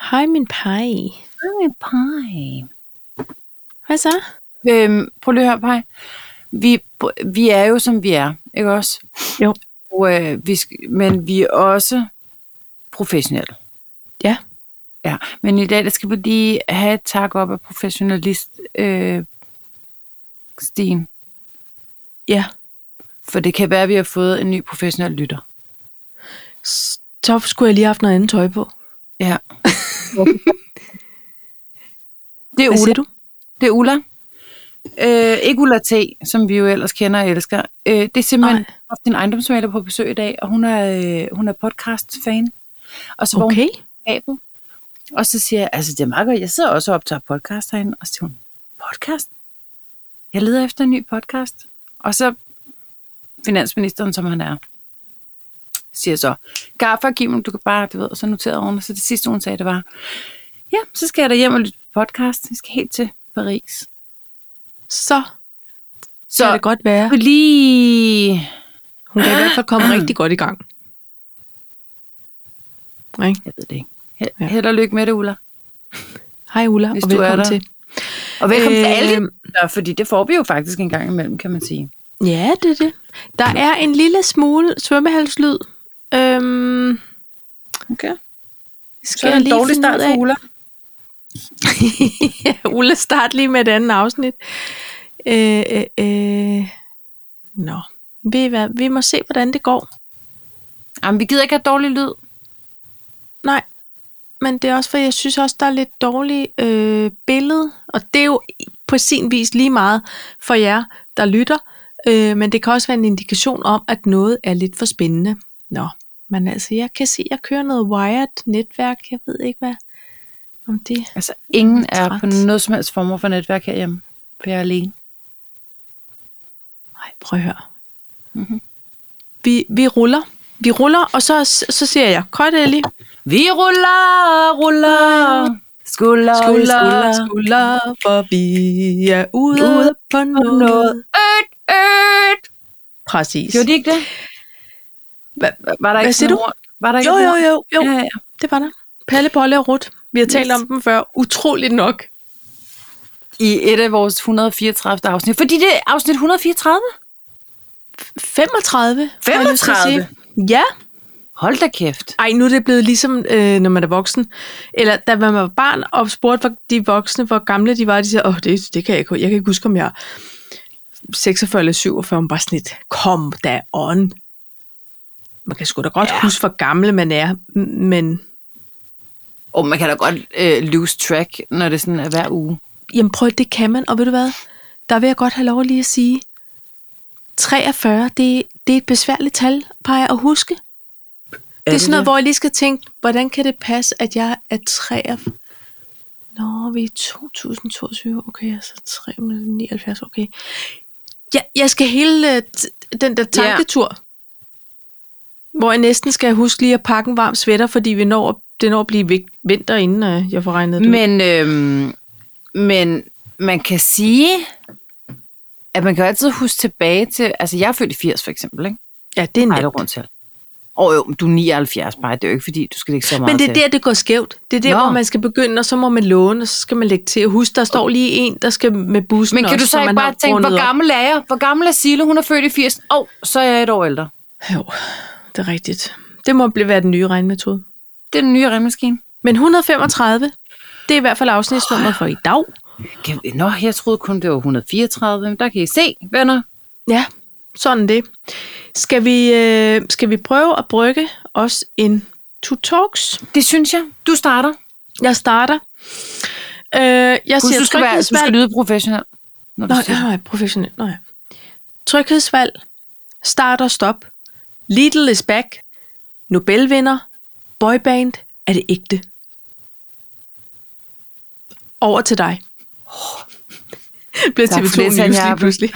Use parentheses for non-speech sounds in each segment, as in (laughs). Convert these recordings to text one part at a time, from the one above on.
Hej min pej. Hej, Paj. Hvad så? Øhm, prøv lige at høre, Paj. Vi, vi er jo, som vi er, ikke også? Jo. Og, øh, vi, sk- men vi er også professionelle. Ja. Ja, men i dag der skal vi lige have et tak op af professionalist øh, Stien. Ja. For det kan være, at vi har fået en ny professionel lytter. S- Så skulle jeg lige have haft noget andet tøj på. Ja. det er Hvad Ulla. siger du? Det er Ulla. Øh, ikke Ulla T., som vi jo ellers kender og elsker. Øh, det er simpelthen Nej. haft en ejendomsmaler på besøg i dag, og hun er, øh, hun er podcast-fan. Og så var hun Okay. i skabet, og så siger jeg, altså det er meget godt, jeg sidder også og optager podcast herinde, og så siger hun, podcast? Jeg leder efter en ny podcast. Og så finansministeren, som han er, siger så, Gaffa, giv mig, du kan bare, du ved, og så noterede hun, og så det sidste, hun sagde, det var, ja, så skal jeg da hjem og lytte på podcast, jeg skal helt til Paris. Så Så kan det godt være. kunne lige... Hun kan i hvert fald komme (clears throat) rigtig godt i gang. Ikke? Jeg ved det ikke. Held, Ja. ja. held og lykke med det, Ulla. Hej Ulla, Hvis og du er velkommen der. til. Og velkommen øh, til alle Øhm, de fordi det får vi jo faktisk en gang imellem, kan man sige. Ja, det er det. Der er en lille smule svømmehalslyd. Øhm, Okay. skal Så er det jeg en lige dårlig finde start ud for af? Ulla. (laughs) Ja, Ulla, start lige med et andet afsnit. Øh, øh, øh. Nå, ved I hvad? vi må se, hvordan det går. Jamen, vi gider ikke have dårlig lyd. Nej, men det er også, for jeg synes også, der er lidt dårligt øh, billede, og det er jo på sin vis lige meget for jer, der lytter, øh, men det kan også være en indikation om, at noget er lidt for spændende. Nå, men altså, jeg kan se, jeg kører noget wired netværk, jeg ved ikke hvad om det. Altså, ingen er Træt. på noget som helst form for netværk herhjemme, for jeg er alene. Nej, prøv at høre. Mm-hmm. Vi, vi ruller. Vi ruller, og så, så siger jeg, Køjt Ellie. Vi ruller, ruller, skulder, Skulder, skulder, skulder, for vi er ude, ude på noget. noget. noget. Ødt, ødt. Præcis. Gjorde de ikke det? Hva- Var der Hvad siger ikke sådan du? ord? Var der ikke Jo, sådan jo, ord? jo, jo. Ja, ja. Det var der. Palle, Polle og Rut. Vi har talt om dem før. Utroligt nok. I et af vores 134. afsnit. Fordi det er afsnit 134. 35. har jeg lyst til at 35? sige. Ja. Hold da kæft. Ej, nu er det blevet ligesom, øh, når man er voksen. Eller da man var barn og spurgte for de voksne, hvor gamle de var, de sagde, åh, det, det kan jeg ikke, jeg kan ikke huske, om jeg er 46 eller 47, men bare sådan et, kom da on. Man kan sgu da godt ja. huske, hvor gamle man er, m- men Og man kan da godt øh, lose track, når det sådan er hver uge. Jamen prøv, at- det kan man, og ved du hvad? Der vil jeg godt have lov lige at sige, 43, det, det er et besværligt tal, peger at huske. Er det er det sådan noget, det? hvor jeg lige skal tænke, hvordan kan det passe, at jeg er 43? Nå, vi er i 2022, okay, altså 379, okay. Jeg, jeg skal hele øh, t- den der Ja. tanketur, hvor jeg næsten skal huske lige at pakke en varm sweater, fordi vi når, det når at blive vik- vinter, inden øh, jeg får regnet det ud. Men, øhm, men man kan sige, at man kan jo altid huske tilbage til... Altså, jeg er født i 80 for eksempel, ikke? Ja, det er Nej, det nemt. er rundt til. Åh jo, men du er 79, bare. Det er jo ikke, fordi du skal lægge så meget Men det er til. der, det går skævt. Det er der, Nå. hvor man skal begynde, og så må man låne, og så skal man lægge til. Husk, der står lige en, der skal med bussen Men kan også, du så ikke man bare har tænke, rundet hvor op. gammel er jeg? Hvor gammel er Sille? Hun er født i 80. Åh, oh, så er jeg et år ældre. Jo, det er rigtigt. Det må blive være den nye regnmetode. Det er den nye regnmaskine. Men 135, det er i hvert fald afsnitsnummeret for i dag. Kan vi- Nå, jeg troede kun, det var 134. Men der kan I se, venner. Ja, sådan det. Skal vi, øh, skal vi prøve at brygge os en to talks? Det synes jeg. Du starter. Jeg starter. Øh, jeg Husk, siger du skal, være, du skal tryghedsvalg. lyde professionel. Når du Nå, siger ja, det. nej, professionel. Nå, ja. Tryghedsvalg. Start og stop. Little is back. Nobelvinder. Boyband. Er det ægte? Over til (laughs) dig. Bliver Tak for TV2 det, News Tanja lige Appel. pludselig.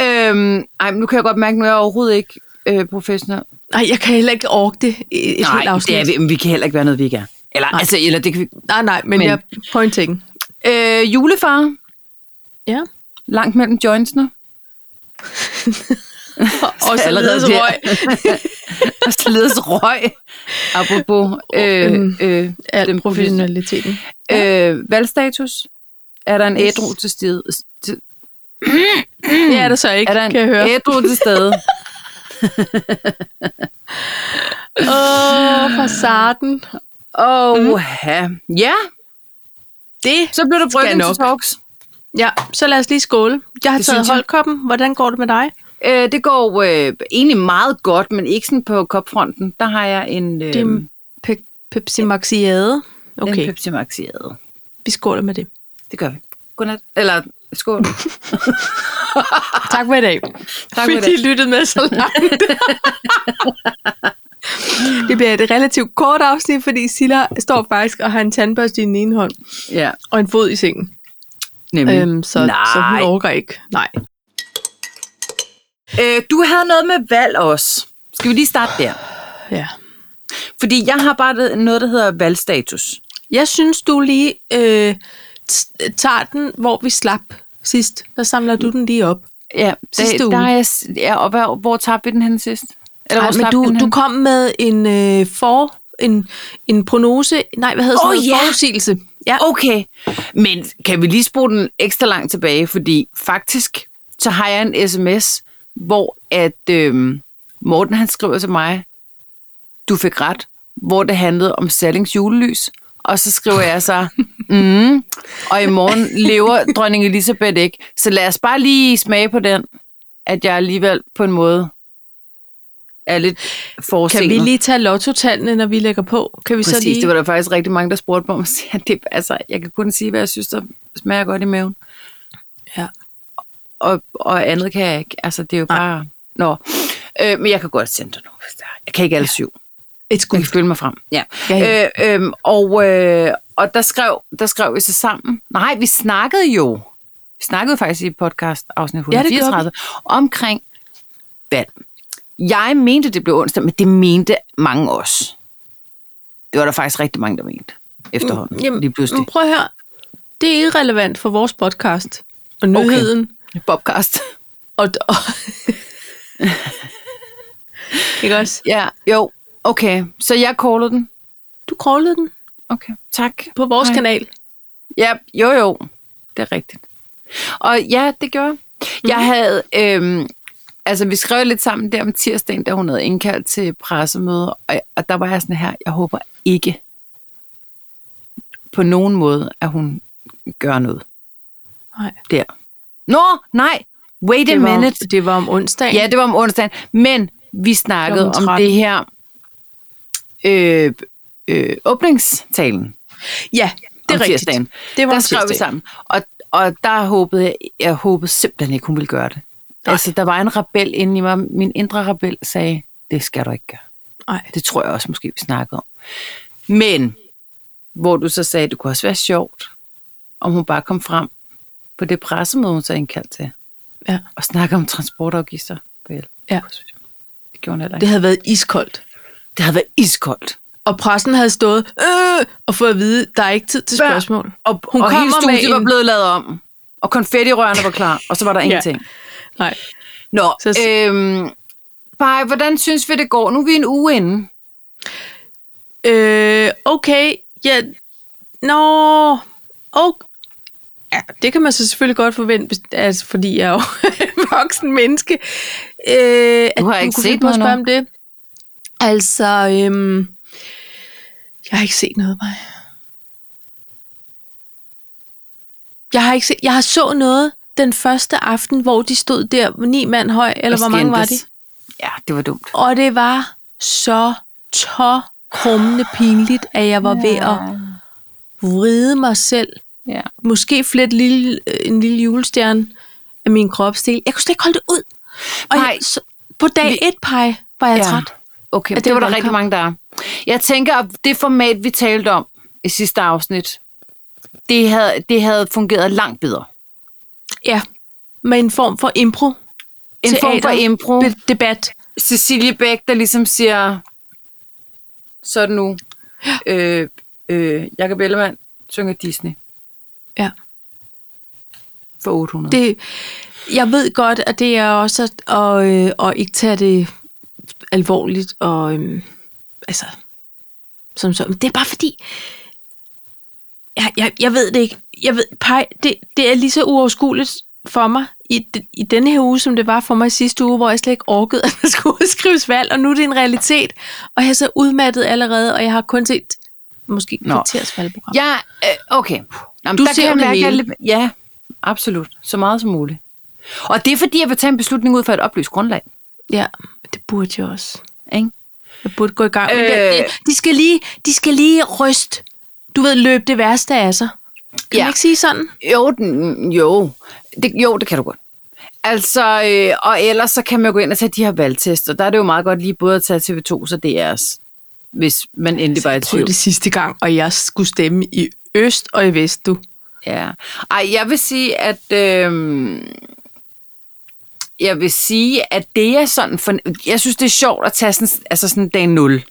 Øhm, ej, men nu kan jeg godt mærke, at nu er jeg overhovedet ikke øh, professionel. (laughs) Nej, jeg kan heller ikke orke det i et helt afsnit. det er, vi, men vi kan heller ikke være noget, vi ikke er. Eller, nej. altså, eller det kan vi... Nej, nej, men, men. Men- jeg pointing. Øh, julefar, Ja. langt mellem jointsene. (laughs) og allerede således der. røg Og (laughs) således røg. Apropos øh, Øhm, øh, al Den professionaliteten. øh, valgstatus. Er der en Yes. ædru til stede? til- Det er der så ikke, Er der en kan jeg høre. ædru til (laughs) stede? Åh, fra sarten. Åh, ja. ja, Det. så blev der Skal bryggen til nok. talks. Ja, så lad os lige skåle. Jeg har Det taget synes jeg. holdkoppen. Hvordan går det med dig? Øh, det går øh, egentlig meget godt, men ikke sådan på kopfronten. Der har jeg en, øh, Det er pe- Pepsi Maxiade. en Okay, Pepsi Maxiade. vi skåler med det. Det gør vi. Godnat. Eller skål. Ah. Tak for i dag. for i Tak Fordi dag. I lyttede med så (laughs) langt. det bliver et relativt kort afsnit, fordi Silla står faktisk og har en tandbørste i den ene hånd (laughs) ja, og en fod i sengen. nemlig. Øhm, så, så Nej. hun overgår ikke. Nej. Øh, du havde noget med valg også. Skal vi lige starte der? Ja. Fordi jeg har bare det- noget, der hedder valgstatus. Jeg synes, du lige øh, t- tager den, hvor vi slap sidst. Der samler du den lige op. Ja, Sidste der, uge. der er, jeg s- ja, og hvor, hvor tabte vi den hen sidst? Eller Ej, men hvor slap du, den du hen? kom med en øh, for... En, en prognose, nej, hvad hedder sådan Åh, noget, ja. forudsigelse. Ja, okay. Men kan vi lige spole den ekstra langt tilbage? Fordi faktisk, så har jeg en sms, hvor at øhm, Morten han skriver til mig, du fik ret, hvor det handlede om Sallings julelys. Og så skriver jeg så, mm, og i morgen lever dronning Elisabeth ikke. Så lad os bare lige smage på den, at jeg alligevel på en måde er lidt forsinket. Kan vi lige tage lottotallene, når vi lægger på? Kan vi Præcis, så lige... det var der faktisk rigtig mange, der spurgte (laughs) mig om. Så jeg- Det, altså, jeg kan kun sige, hvad jeg synes, der smager godt i maven. Ja. Og, og andet kan jeg ikke. Altså, det er jo bare... Nå. Øh, men jeg kan godt sende dig nu. hvis der er- Jeg kan ikke alle syv. Et skud. Jeg kan følge mig frem. Ja. Ja, ja. Øh, øh, og øh, og der, skrev, der skrev vi så sammen. Nej, vi snakkede jo. Vi snakkede faktisk i podcast afsnit Ja, det gjorde vi. 134 omkring valg. Jeg mente, det blev onsdag, men det mente mange også. Det var der faktisk rigtig mange, der mente efterhånden. Mm, jamen, lige pludselig. men prøv at høre. Det er irrelevant for vores podcast og nyheden. Okay. Mm. Bobcast. Og, og (laughs) Ikke også? ja, jo. Okay, så jeg callede den. Du crawlede den Okay, tak. på vores Hej. Ej. kanal. Ja, jo jo, det er rigtigt. Og ja, det gjorde jeg. Mhm. Jeg havde, øhm, altså vi skrev lidt sammen der om tirsdagen, da hun havde indkaldt til pressemøde, og, og der var jeg sådan her, jeg håber ikke på nogen måde, at hun gør noget Nej. der. Nå, nej, wait a Det var, minute. om, det var om onsdagen. Ja, det var om onsdagen. Men vi snakkede Klokken om 13. det her øh, øh, åbningstalen. ja det om er rigtigt. tirsdagen. Det var der om skrev vi tirsdagen. sammen. Og, og der håbede jeg, jeg håbede simpelthen ikke, hun ville gøre det. Nej. Altså, der var en rebel inde i mig. Min indre rebel sagde, det skal du ikke gøre. Nej. Det tror jeg også måske, vi snakkede om. Men, hvor du så sagde, det kunne også være sjovt, om hun bare kom frem på det pressemøde, hun så indkaldt til, Ja. og snakke om transportafgifter på el. Ja. Det gjorde hun heller ikke. Det havde været iskoldt. Det, det havde været iskoldt. Og pressen havde stået øh, og fået at vide, der er ikke tid til Hvad? spørgsmål. Og, Hun hun og hele kommer med studiet var en- blevet lavet om. Og konfettirørene var klar, og så var der ingenting. Nej. Nå, Så s- øhm, Paj, hvordan synes vi, det går? Nu er vi en uge inde. Øh, okay, ja, nå, okay. Ja, det kan man så selvfølgelig godt forvente, hvis- altså, fordi jeg er jo (laughs) en voksen menneske. Øh, at har kunne ikke set finde på at noget spørge om det. Altså, øhm, jeg har ikke set noget, mig. Jeg har ikke set, jeg har så noget den første aften, hvor de stod der, ni mand høj, eller hvor mange var de? Skændtes. Ja, det var dumt. Og det var så tårkrummende pinligt, at jeg var ja. ved at vride mig selv. Ja. Måske flet lille, øh, en lille julestjerne af min kropsdel. Jeg kunne slet ikke holde det ud. Og Nej. jeg, så, på dag Vi- et, pej, var jeg Ja. ja. træt. Okay, At det den var der valgkamp- rigtig mange, der er. Jeg tænker, at det format, vi talte om i sidste afsnit, det havde, det havde fungeret langt bedre. Ja, med en form for impro. En form for impro. Debat. Cecilie Bæk, der ligesom siger, sådan nu, øh, øh, Jacob Ellemann synger Disney Ja. for 800. Det, jeg ved godt, at det er også at, at, øh, at ikke tage det alvorligt. Og, øhm, altså, som så. Men det er bare fordi, jeg, jeg, jeg ved det ikke. Jeg ved, pej, det, det er lige så uoverskueligt for mig i, d- i denne her uge, som det var for mig sidste uge, hvor jeg slet ikke orkede, (laughs) at der skulle udskrives valg, og nu er det en realitet, og jeg er så udmattet allerede, og jeg har kun set måske Nå. kvarters valgprogram. Ja, øh, okay. Jamen, Du der ser kan det jeg mærke, at jeg er hele. lidt, Ja, absolut. Så meget som muligt. Og det er fordi, jeg vil tage en beslutning ud fra et oplyst grundlag. Ja, det burde jeg også. Ikke? Jeg burde gå i gang. Øh. Øh. De, de, skal lige, de skal lige ryste. Du ved, løbe det værste af sig. Kan ja. Ja. man ikke sige sådan? Jo, den, jo. Det, jo, det kan du godt. Altså, øh, og ellers så kan man gå ind og tage de her valgtester. Der er det jo meget godt lige både at tage TV2 og DR's, hvis man endelig var i Prøv tvivl. det sidste gang, og jeg skulle stemme i øst og i vest, du. Ja. Ej, jeg vil sige, at... Øh, jeg vil sige, at det er sådan... For, jeg synes, det er sjovt at tage sådan, altså sådan dag 0.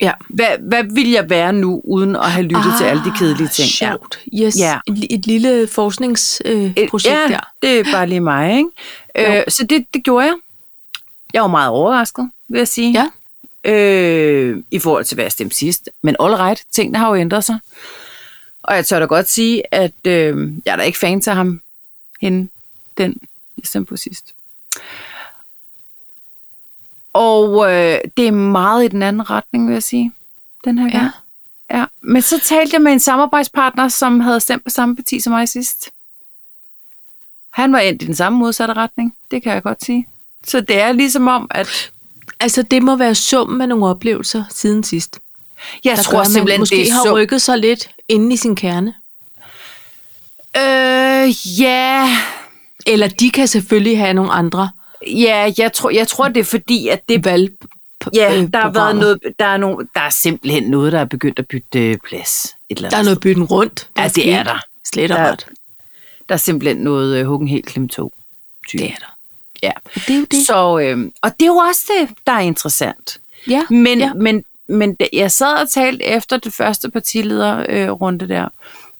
Ja. Hvad, hvad vil jeg være nu, uden at have lyttet ah, til alle de kedelige ting? Ja. Sjovt. Ja. Yes. Ja. Et, et lille forskningsprojekt øh, projekt ja, der. det er bare lige mig, ikke? Øh, så det, det gjorde jeg. Jeg var meget overrasket, vil jeg sige. Ja. Øh, I forhold til, hvad jeg stemte sidst. Men all right, tingene har jo ændret sig. Og jeg tør da godt sige, at øh, jeg er da ikke fan til ham, hende, den, jeg stemte på sidst. Og øh, det er meget i den anden retning, vil jeg sige, den her Ja. gang. Ja, men så talte jeg med en samarbejdspartner, som havde stemt på samme parti som mig sidst. Han var endt i den samme modsatte retning, det kan jeg godt sige. Så det er ligesom om, at Altså, det må være summen af nogle oplevelser siden sidst. jeg der tror gør, at man simpelthen, måske det er har så... rykket sig lidt inde i sin kerne. Øh, ja, Eller de kan selvfølgelig have nogle andre ja jeg, tror, jeg tror, det er fordi, at det... valg. øh, Ja, der har været noget, der er, nogle, der er simpelthen noget, der er begyndt at bytte øh, plads. Et eller andet Der er noget bytten rundt. Ja, det er sket. der. Slet og Der- ret. sted. Der er simpelthen noget øh, huggen helt klem 2. Det er der. Ja. Og det er jo det. Så, øh, og det er jo også det, der er interessant. ja. Men, ja. ja. men, men da jeg sad og talte efter det første partilederrunde øh, runde der,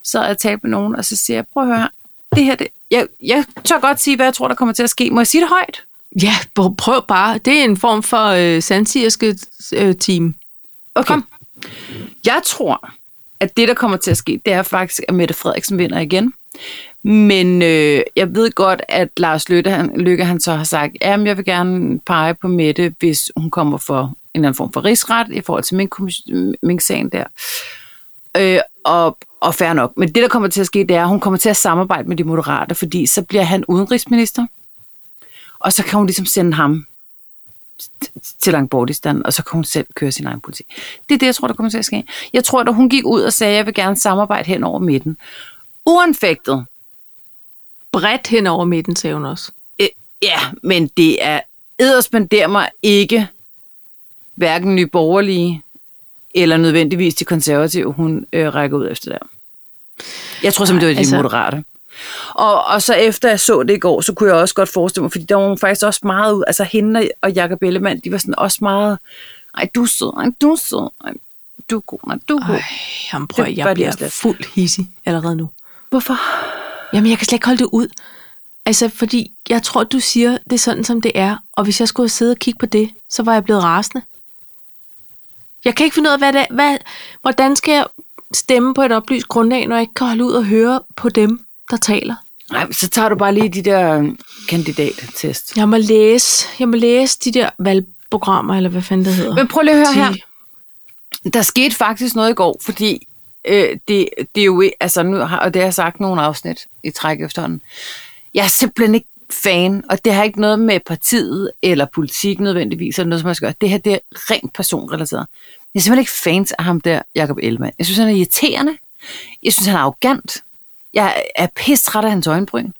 sad jeg og talte med nogen, og så siger jeg, prøv at høre, det her, det, jeg, jeg tør godt sige, hvad jeg tror, der kommer til at ske. Må jeg sige det højt? Ja, prøv- prøv bare. Det er en form for øh, sandsigerske øh, team. Okay. Kom. Jeg tror, at det, der kommer til at ske, det er faktisk, at Mette Frederiksen vinder igen. Men øh, jeg ved godt, at Lars Løkke han, Løkke, han så har sagt, at jeg vil gerne pege på Mette, hvis hun kommer for en eller anden form for rigsret i forhold til mink- mink-sagen der. Øh, og, og fair nok. Men det, der kommer til at ske, det er, at hun kommer til at samarbejde med de moderate, fordi så bliver han udenrigsminister. Og så kan hun ligesom sende ham t- til Langbordistan, og så kan hun selv køre sin egen politik. Det er det, jeg tror, der kommer til at ske. Jeg tror, at hun gik ud og sagde, at jeg vil gerne samarbejde hen over midten. Uanfægtet. Bredt hen over midten, sagde hun også. Øh, ja, men det er edderspenderer mig ikke hverken nye borgerlige eller nødvendigvis de konservative, hun øh, rækker ud efter der. Jeg tror simpelthen, det var de altså- altså... moderate. Og, og så efter jeg så det i går, så kunne jeg også godt forestille mig, fordi der var hun faktisk også meget ud, altså hende og Jakob Ellemann, de var sådan også meget, ej du er sød, ej du er sød, ej du er god, nej du er god. Ej, jamen prøv, Det at- jeg var det bliver også lidt. fuldt hissig allerede nu. Hvorfor? Jamen, jeg kan slet ikke holde det ud. Altså, fordi jeg tror, du siger, det er sådan, som det er. Og hvis jeg skulle sidde og kigge på det, så var jeg blevet rasende. Jeg kan ikke finde ud af, hvad det er. Hvad, hvordan skal jeg stemme på et oplyst grundlag, når jeg ikke kan holde ud og høre på dem, der taler? Nej, så tager du bare lige de der øh, kandidattest. Jeg må læse, jeg må læse de der valgprogrammer, eller hvad fanden det hedder. Men prøv lige at høre de, her. Der skete faktisk noget i går, fordi øh, det, det er jo, ikke- altså nu har, og det har jeg sagt nogle afsnit i træk efterhånden. Jeg er simpelthen ikke fan, og det har ikke noget med partiet eller politik nødvendigvis, eller noget som jeg skal gøre. Det her, det er rent personrelateret. Jeg er simpelthen ikke fans af ham der, Jacob Ellemann. Jeg synes, han er irriterende. Jeg synes, han er arrogant. Jeg er pissret af hans øjenbryn.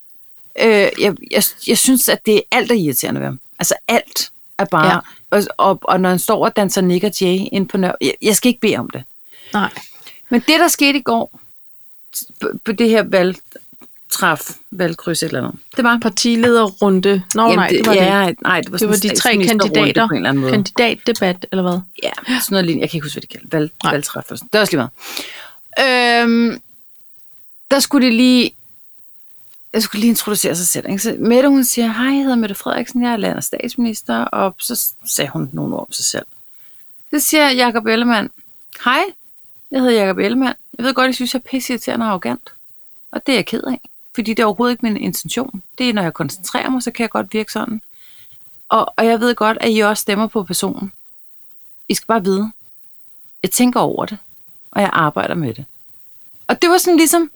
Øh, jeg, jeg, jeg synes, at det er alt er irriterende ved ham. Altså alt er bare... Ja. Ja. Og, og, og når han står og danser Nick og Jay ind på nør... Jeg, jeg skal ikke bede om det. Nej. Men det, der skete i går t- på, på det her valgtræf, valgkryds eller noget, det var... Partilederrunde. Nå Jamen, nej, det, var det. ja, det. Nej, det var, Det sådan var en de tre statsministerrunde kandidater. På en eller anden måde. Kandidatdebat, eller hvad? Ja, sådan noget lignende. Jeg kan ikke huske, hvad det kaldte. Valg, Nej. valgtræf. og sådan. Det er også lige meget. Øhm, der skulle det lige... jeg skulle lige introducere sig selv. Ikke? Så Mette, hun siger, hej, jeg hedder Mette Frederiksen, jeg er landets statsminister, og så sagde hun nogle ord om sig selv. Så siger Jacob Ellemann, hej, jeg hedder Jacob Ellemann. Jeg ved godt, I synes, jeg er pisseirriterende og arrogant. Og det er jeg ked af, fordi det er overhovedet ikke min intention. Det er, når jeg koncentrerer mig, så kan jeg godt virke sådan. Og, og jeg ved godt, at I også stemmer på personen. I skal bare vide, jeg tænker over det, og jeg arbejder med det. Og det var sådan ligesom,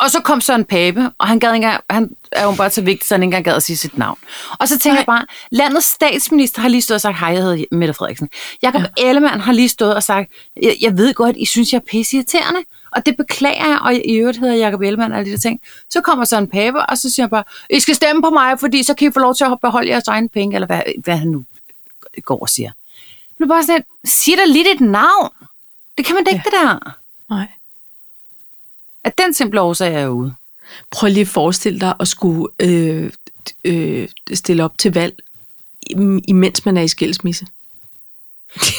og så kom Søren Pape, og han, gad ikke engang, han er jo bare så vigtig, så han ikke engang gad at sige sit navn. Og så tænker Nej. Nej. jeg bare, landets statsminister har lige stået og sagt, hej, jeg hedder Mette Frederiksen. Jakob ja. Ellemann har lige stået og sagt, jeg, jeg ved godt, I synes, jeg er pisseirriterende, og det beklager jeg, og i øvrigt hedder Jakob Ellemann og alle de der ting. Så kommer Søren Pape, og så siger han bare, I skal stemme på mig, fordi så kan I få lov til at beholde jeres egne penge, eller hvad, hvad han nu går og siger. Men det er bare sådan, at, sig dig lidt et navn. Det kan man da ikke, ja. det der. Nej. Af den simple årsag er jeg ude. Prøv lige at forestille dig at skulle øh, øh, stille op til valg, im- imens man er i skilsmisse.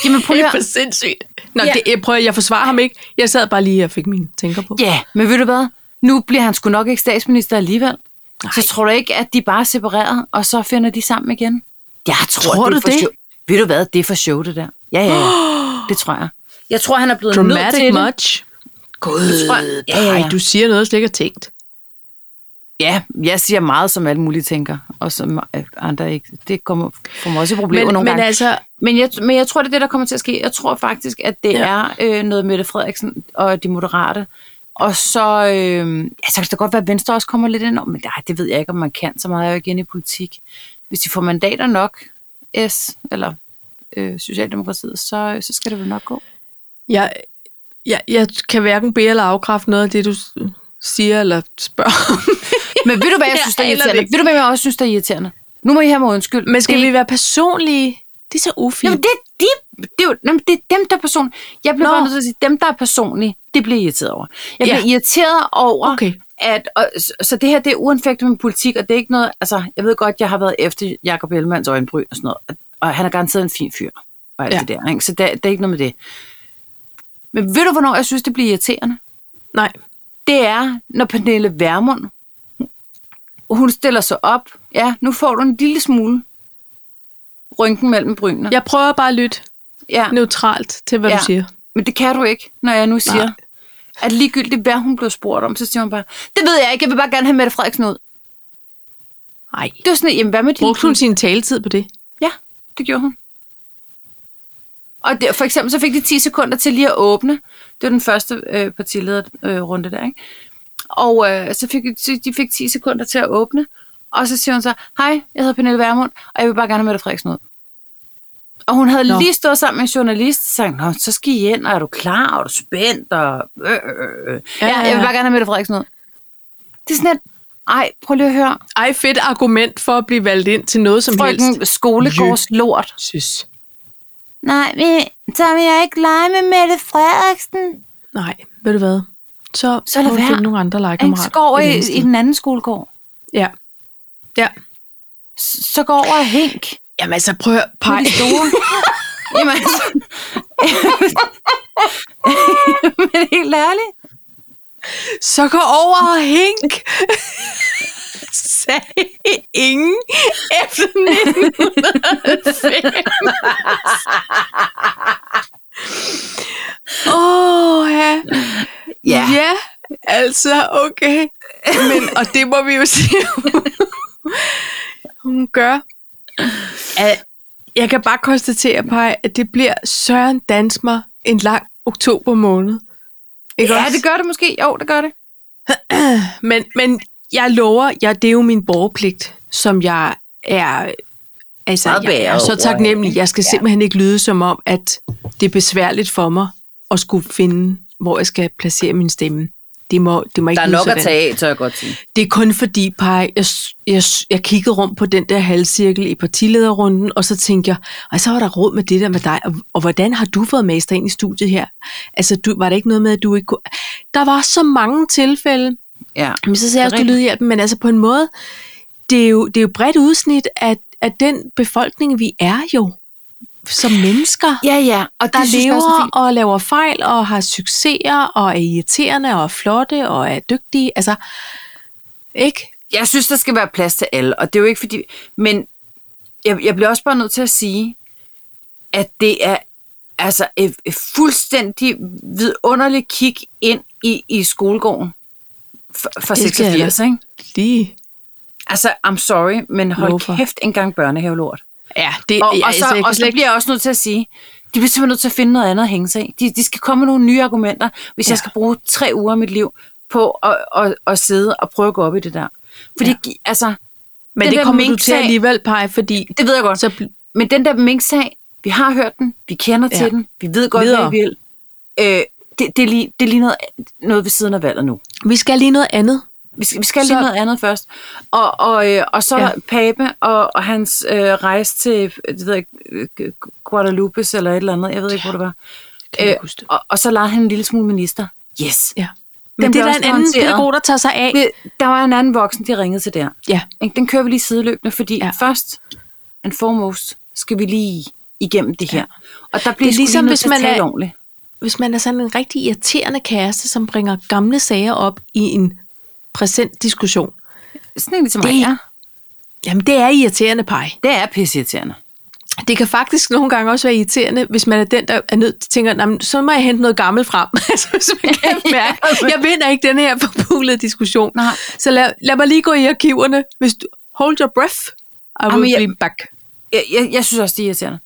Jamen prøv Det lige er at- for sindssygt. Nå, Ja. ja. det, jeg prøver, jeg forsvarer ham ikke. Jeg sad bare lige og fik mine tænker på. Ja, men ved du hvad? Nu bliver han sgu nok ikke statsminister alligevel. Nej. Så tror du ikke, at de bare er separeret, og så finder de sammen igen? Jeg tror, Tror det du er for det? Show. Ved du hvad? Det er for show, det der. Ja, ja, (gasps) ja. Det tror jeg. Jeg tror, han er blevet nødt Dramatic til det. much. tror- God, Ja, ja, nej, ja. du siger noget, jeg slet ikke har tænkt. Ja, jeg siger meget, som alle mulige tænker, og som øh, andre ikke. Det kommer for mig også i problemer Men, nogle men gange. altså, Men jeg, men jeg tror, det er det, der kommer til at ske. Jeg tror faktisk, at det Ja. ja. er øh, noget Mette Frederiksen og de moderate. Og så, øh, ja, så kan det da godt være, at Venstre også kommer lidt ind over, men nej, det ved jeg ikke, om man kan så meget. Jeg er jo igen i politik. Hvis de får mandater nok, S, eller øh, Socialdemokratiet, så, så skal det vel nok gå. jeg, jeg, jeg kan hverken bede eller afkræfte noget af det, du s- siger eller spørger om. Men ved du, hvad jeg, Jeg synes, der er aner det irriterende? ikke. Ved du, hvad jeg også synes, der er irriterende? Nu må I have mig undskyld. Men skal det, vi være personlige? Det er så ufint. Jamen, det, er de, det, er jo, jamen, det er dem, der er person. Jeg bliver Nå. bare nødt til at sige, dem, der er personlige, det bliver jeg irriteret over. Jeg bliver Ja. irriteret over, Okay. at, og, så- så det her, det er uanfægtet med politik, og det er ikke noget, altså, jeg ved godt, jeg har været efter Jacob Ellemanns øjenbryn og sådan noget, og, og han er garanteret en fin fyr, og alt Ja. ja. det der, ikke? så det, det er ikke noget med det. Men ved du, hvornår jeg synes, det bliver irriterende? Nej. det er, når Pernille Vermund, hun stiller sig op. Ja, nu får du en lille smule rynken mellem brynene. Jeg prøver bare at lytte ja. neutralt til, hvad Ja. du siger. Men det kan du ikke, når jeg nu siger, Nej. Nej. at ligegyldigt hvad hun blev spurgt om, så siger hun bare, det ved jeg ikke, jeg vil bare gerne have Mette Frederiksen ud. Nej. Det var sådan, jamen hvad med din... Brugte hun sin taletid på det? Ja, det gjorde hun. Og det, for eksempel så fik de 10 sekunder til lige at åbne. Det var den første øh, partilederrunde øh, runde der, ikke? Og øh, så fik så de fik 10 sekunder til at åbne. Og så siger hun så, hej, jeg hedder Pernille Vermund, og jeg vil bare gerne have Mette Frederiksen ud. Og hun havde Nå. Nå. lige stået sammen med en journalist og sagt, Nå, så skal I ind, og er du klar, og er du spændt, og øh, øh, øh. Ja, ja, ja, jeg ja. vil bare gerne have Mette Frederiksen ud. Det er sådan et, ej, prøv lige at høre, Ej, fedt argument for at blive valgt ind til noget som helst. frøken skolegårds lort. Synes. Nej, men så vil jeg ikke lege med Mette Frederiksen. Nej, ved du hvad? Så, Så lad må du være. finde nogle andre Han legekammerater. skal over et i, andet sted. i den anden skolegård. Ja. Ja. S- Så går over og hænk. Jamen altså, prøv at Med pege. de store. (laughs) Jamen, altså. (laughs) men helt ærligt. Så gå over og hænk. (laughs) Sagde ingen efter 1905. Åh, oh, ja. Ja. ja. altså, okay. Men, og det må vi jo sige, hun gør. Al- Jeg kan bare konstatere, Paj, at det bliver Søren Dansmer en lang oktober måned. Ikke ja, også? det gør det måske. Jo, det gør det. Men, men jeg lover, jeg, det er jo min borgerpligt, som jeg er, altså, Meget jeg er bæret så over, taknemmelig. ikke? Jeg skal Ja. simpelthen ikke lyde som om, at det er besværligt for mig at skulle finde, hvor jeg skal placere min stemme. Det må, det må ikke lyde sådan. tage af, tør jeg godt sige. Det er kun fordi, Paj, jeg, jeg, jeg kiggede rundt på den der halvcirkel i partilederrunden, og så tænkte jeg, og så var der råd med det der med dig, og, og hvordan har du fået mester ind i studiet her? Altså, du, var der ikke noget med, at du ikke kunne... Der var så mange tilfælde, Ja. men så sagde jeg Det er også, du lydhjælpen, men altså på en måde, det er jo, det er jo et bredt udsnit af, af den befolkning, vi er jo som mennesker, Ja, ja. Og der det synes jeg også er lever fint. og laver fejl og har succeser og er irriterende og er flotte og er dygtige. Altså, ikke? jeg synes, der skal være plads til alle, og det er jo ikke fordi... Men jeg, jeg bliver også bare nødt til at sige, at det er altså et, et fuldstændig vidunderligt kig ind i, i skolegården for, for Det skal jeg 86, ikke? Lige. Altså, I'm sorry, men hold Hvorfor? kæft engang børnehavelort. Ja, det, Og, ja, og, så, altså, jeg kan og så slet ikke- bliver jeg også nødt til at sige, de bliver simpelthen nødt til at finde noget andet at hænge sig i. De, de skal komme med nogle nye argumenter, hvis ja. Ja. jeg skal bruge tre uger af mit liv på at, at, at sidde og prøve at gå op i det der. Fordi, ja. altså, men den det der kommer du til minksag- alligevel, Paj, fordi det ved jeg godt. så bl- Men den der mink-sag, vi har hørt den, vi kender ja. Ja. til den, vi ved godt, Videre. hvad vi vil. Øh, det, det, er lige, det er lige noget, noget ved siden af valget nu. vi skal lige noget andet. Vi skal, vi skal lige Så- noget andet først. Og, og, øh, og så ja. Ja. Pape og, og hans øh, rejse til øh, det ved jeg, ikke, øh, Guadalupe eller et eller andet, jeg ved ikke, hvor det var. Øh, Kan jeg ikke huske det. og, og så lavede han en lille smule minister. Yes. Ja. Men Den det bliver er der også en anden garanteret. pædagog, der tager sig af. Det, der var en anden voksen, de ringede til der. Ja, Ikke? Den kører vi lige sideløbende, fordi ja. Ja. først and foremost skal vi lige igennem det her. Ja. Og der bliver Det er sgu ligesom, lige nødt hvis til at man tale er- ordentligt. hvis man er sådan en rigtig irriterende kæreste, som bringer gamle sager op i en præsent diskussion. Sådan en ligesom Det- mig er. Jamen, det er irriterende, Paj. Det er pisseirriterende. Det kan faktisk nogle gange også være irriterende, hvis man er den, der er nødt til at tænke, "Nå, men så må jeg hente noget gammelt frem. (laughs) altså, hvis man (laughs) kan mærke, jeg vinder ikke den her forpulede diskussion. altså. Nej. Så lad, lad mig lige gå i arkiverne. Hvis du, hold your breath, I will Jamen, jeg- be back. Jeg, jeg, jeg synes også, de er irriterende.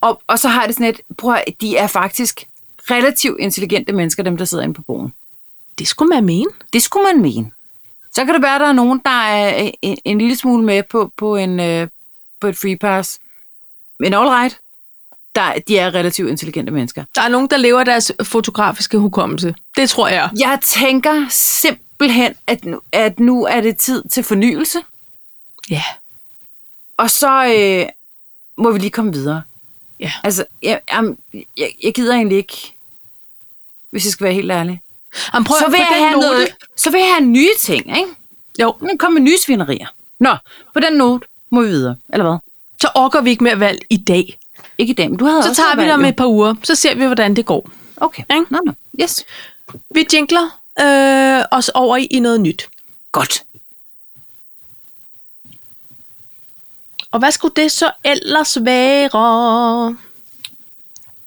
Og, og så har jeg det sådan et, prøv at, høre, de er faktisk relativt intelligente mennesker, dem der sidder inde på bogen. Det skulle man mene. Det skulle man mene. Så kan det være, at der er nogen, der er øh, en, en lille smule med på, på, en, øh, på et free pass. Men all right, der, de er relativt intelligente mennesker. Der er nogen, der lever deres fotografiske hukommelse. Det tror jeg. Jeg tænker simpelthen, at nu, at nu er det tid til fornyelse. Ja. Og så øh, må vi lige komme videre. Ja. Altså, jeg, jeg, jeg, jeg gider egentlig ikke, hvis jeg skal være helt ærlig. Jamen, prøv så at vil på jeg den have note. noget, så vil jeg have nye ting, ikke? Jo, Nu kommer nye svinerier. Nå, på den note må vi videre, eller hvad? så orker vi ikke mere valg i dag. Ikke i dag, men du havde Så også tager vi noget det om valg, et par uger, så ser vi, hvordan det går. jo. Okay, Ikke? nå, nå, yes. Vi jingler øh, os over i, i noget nyt. Godt. Og hvad skulle det så ellers (laughs) være?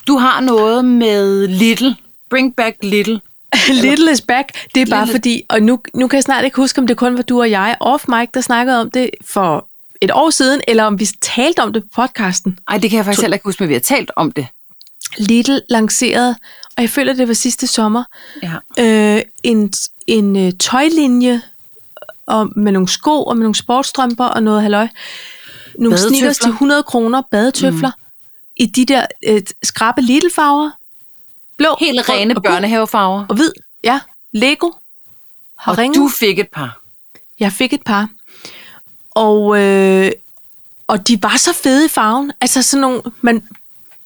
Du har noget med Little. Bring back Little. Little is back. Det er bare Little- fordi, og nu, nu kan jeg snart ikke huske, om det kun var du og jeg off mic, der snakkede om det for et år siden, eller om vi talte om det på podcasten. Ej, det kan jeg faktisk heller ikke huske, men vi har talt om det. Little lancerede, og jeg føler, det var sidste sommer, Ja. øh, en, en øh, tøjlinje og med nogle sko og med nogle sportsstrømper og noget halløj. Nogle Badetøfler. sneakers til 100 kroner, badetøfler, mm. i de der øh, skrappe little farver. Blå, Helt rød rene og gul børnehavefarver. Og hvid, ja. Lego har Og ringet. du fik et par. Jeg fik et par. Og, øh, og de var så fede i farven. Altså sådan nogle, man,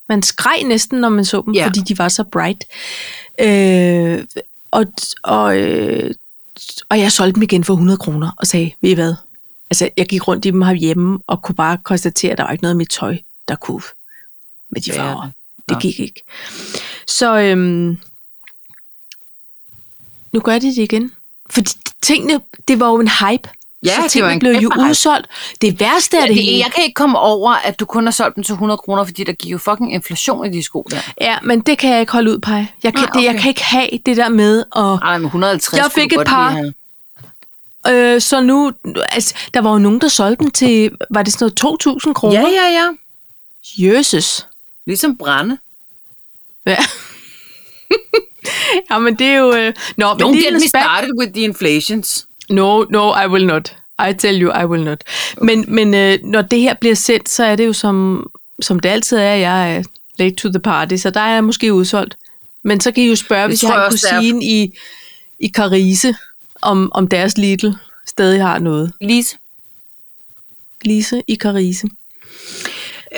man skreg næsten, når man så dem, Ja. ja. fordi de var så bright. Øh, og, og, øh, og jeg solgte dem igen for 100 kroner og sagde, ved I hvad? Altså, jeg gik rundt i dem herhjemme og kunne bare konstatere, at der var ikke noget af mit tøj, der kunne med de Være farver. det. Nå. Det gik ikke. Så øhm, nu gør de det igen. Fordi tingene, det var jo en hype. Ja, det var så tingene en blev jo kæmpe hype. udsolgt. Det værste af Ja, det, det, hele. jeg kan ikke komme over, at du kun har solgt dem til 100 kroner, fordi der gik jo fucking inflation i de sko der. Ja, men det kan jeg ikke holde ud, Paj. Jeg kan, Nej, Nej, okay. jeg okay. kan ikke have det der med, og Ej, men 150 Jeg kunne fik du et godt par. lige have. øh, så nu, altså, der var jo nogen, der solgte dem til, var det sådan noget 2.000 kroner? Ja, ja, ja. Jesus. Ligesom brænde. Ja. Jamen, det er jo... Øh... Nå, men Don't det get er me lidt started with the inflations. No, no, I will not. I tell you, I will not. Men, men øh, når det her bliver sendt, så er det jo som, som det altid er, jeg er late to the party, så der er jeg måske udsolgt. Men så kan I jo spørge, hvis tror jeg har jeg en også, det er. kusine i, i Karise, om, om deres Lidl stadig har noget. Lise. Lise i Karise.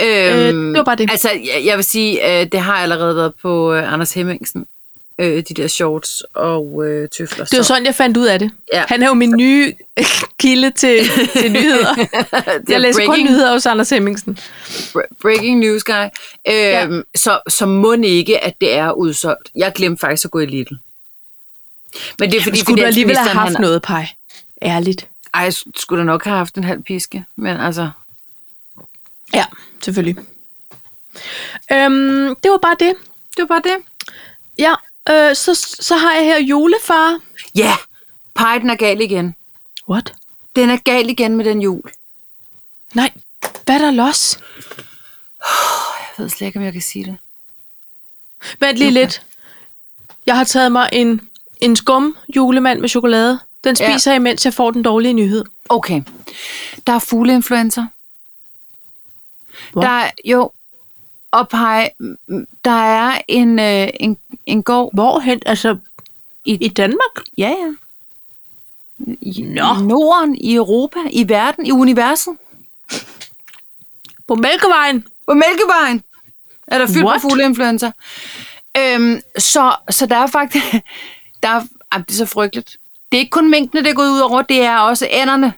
Øhm, Øh, det var bare det. Altså, jeg, jeg vil sige, øh, det har allerede været på øh, Anders Hemmingsen. Øh, de der shorts og øh, tøfler. Det var sådan, jeg fandt ud af det. Ja. Han er jo min nye kilde til, til nyheder. (laughs) Det er Jeg læser kun breaking, nyheder hos Anders Hemmingsen. br- breaking news, guy. Øhm, ja. Så, så må det ikke, at det er udsolgt. Jeg glemte faktisk at gå i Lidl. Men det er fordi, Skulle du alligevel have finansministeren, han- haft noget, Paj? Ærligt. Ej, jeg skulle da nok have haft en halv piske, men altså... Ja, selvfølgelig. Øhm, det var bare det. Det var bare det. Ja, øh, så, så har jeg her julefar. Ja! Pej, den er gal igen. What? Den er gal igen med den jul. Nej, hvad er der los? Jeg ved slet ikke, om jeg kan sige det. Vent lige Luca. lidt. Jeg har taget mig en, en skum julemand med chokolade. Den Ja. spiser ja. jeg, mens jeg får den dårlige nyhed. Okay. Der er fugleinfluenza. What? Der er, jo, og pej, der er en, øh, en, en gård Hvorhen? Altså i, i Danmark? Ja, ja. I, Nå. I Norden, i Europa, i verden, i universet. På Mælkevejen? På Mælkevejen er der fyldt What? med fugleinfluenza. Øhm, så, så der er faktisk... Der er, jamen, det er så frygteligt. Det er ikke kun minkene, det er gået ud over, det er også ænderne.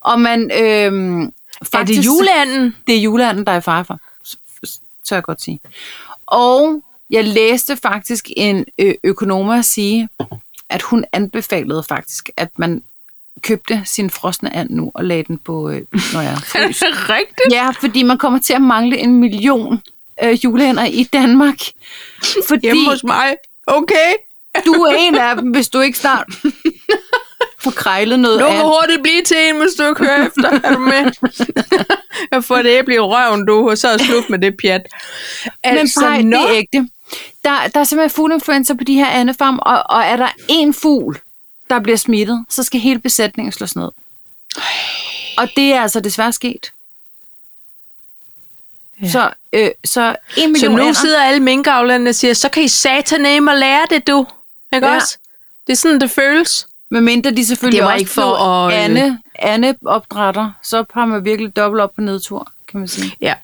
Og man... Øhm, Er det faktisk- juleanden? det er juleanden, der er i fare for, tør jeg godt sige. Og jeg læste faktisk en ø- økonomer sige, at hun anbefalede faktisk, at man købte sin frosne and nu og lagde den på, øh, når jeg (laughs) Er frys. det rigtigt? Ja, fordi man kommer til at mangle en million øh, juleænder i Danmark. Fordi Hjemme hos mig. Okay. du er en af dem, hvis du ikke snart får krejlet noget Nu and. må hurtigt blive til en, hvis du ikke (laughs) hører efter. Er du med? jeg får det æble i røven, du, og så er det slut med det pjat. Altså, Men pej, nå. det er ægte. Der, der er simpelthen fugleinfluenza på de her andefarm, og, og er der én fugl, der bliver smittet, så skal hele besætningen slås ned. Og det er altså desværre sket. Ja. Ja. Så, øh, så en Så million nu ænder. sidder alle minkavlerne og siger, så kan I sataname og lære det, du. Ikke Ja. også? Det er sådan, det føles. Medmindre de selvfølgelig Det var også ikke for blev at, øh, Anne, Anne opdrætter, så har man virkelig dobbelt op på nedtur, kan man sige. Ja.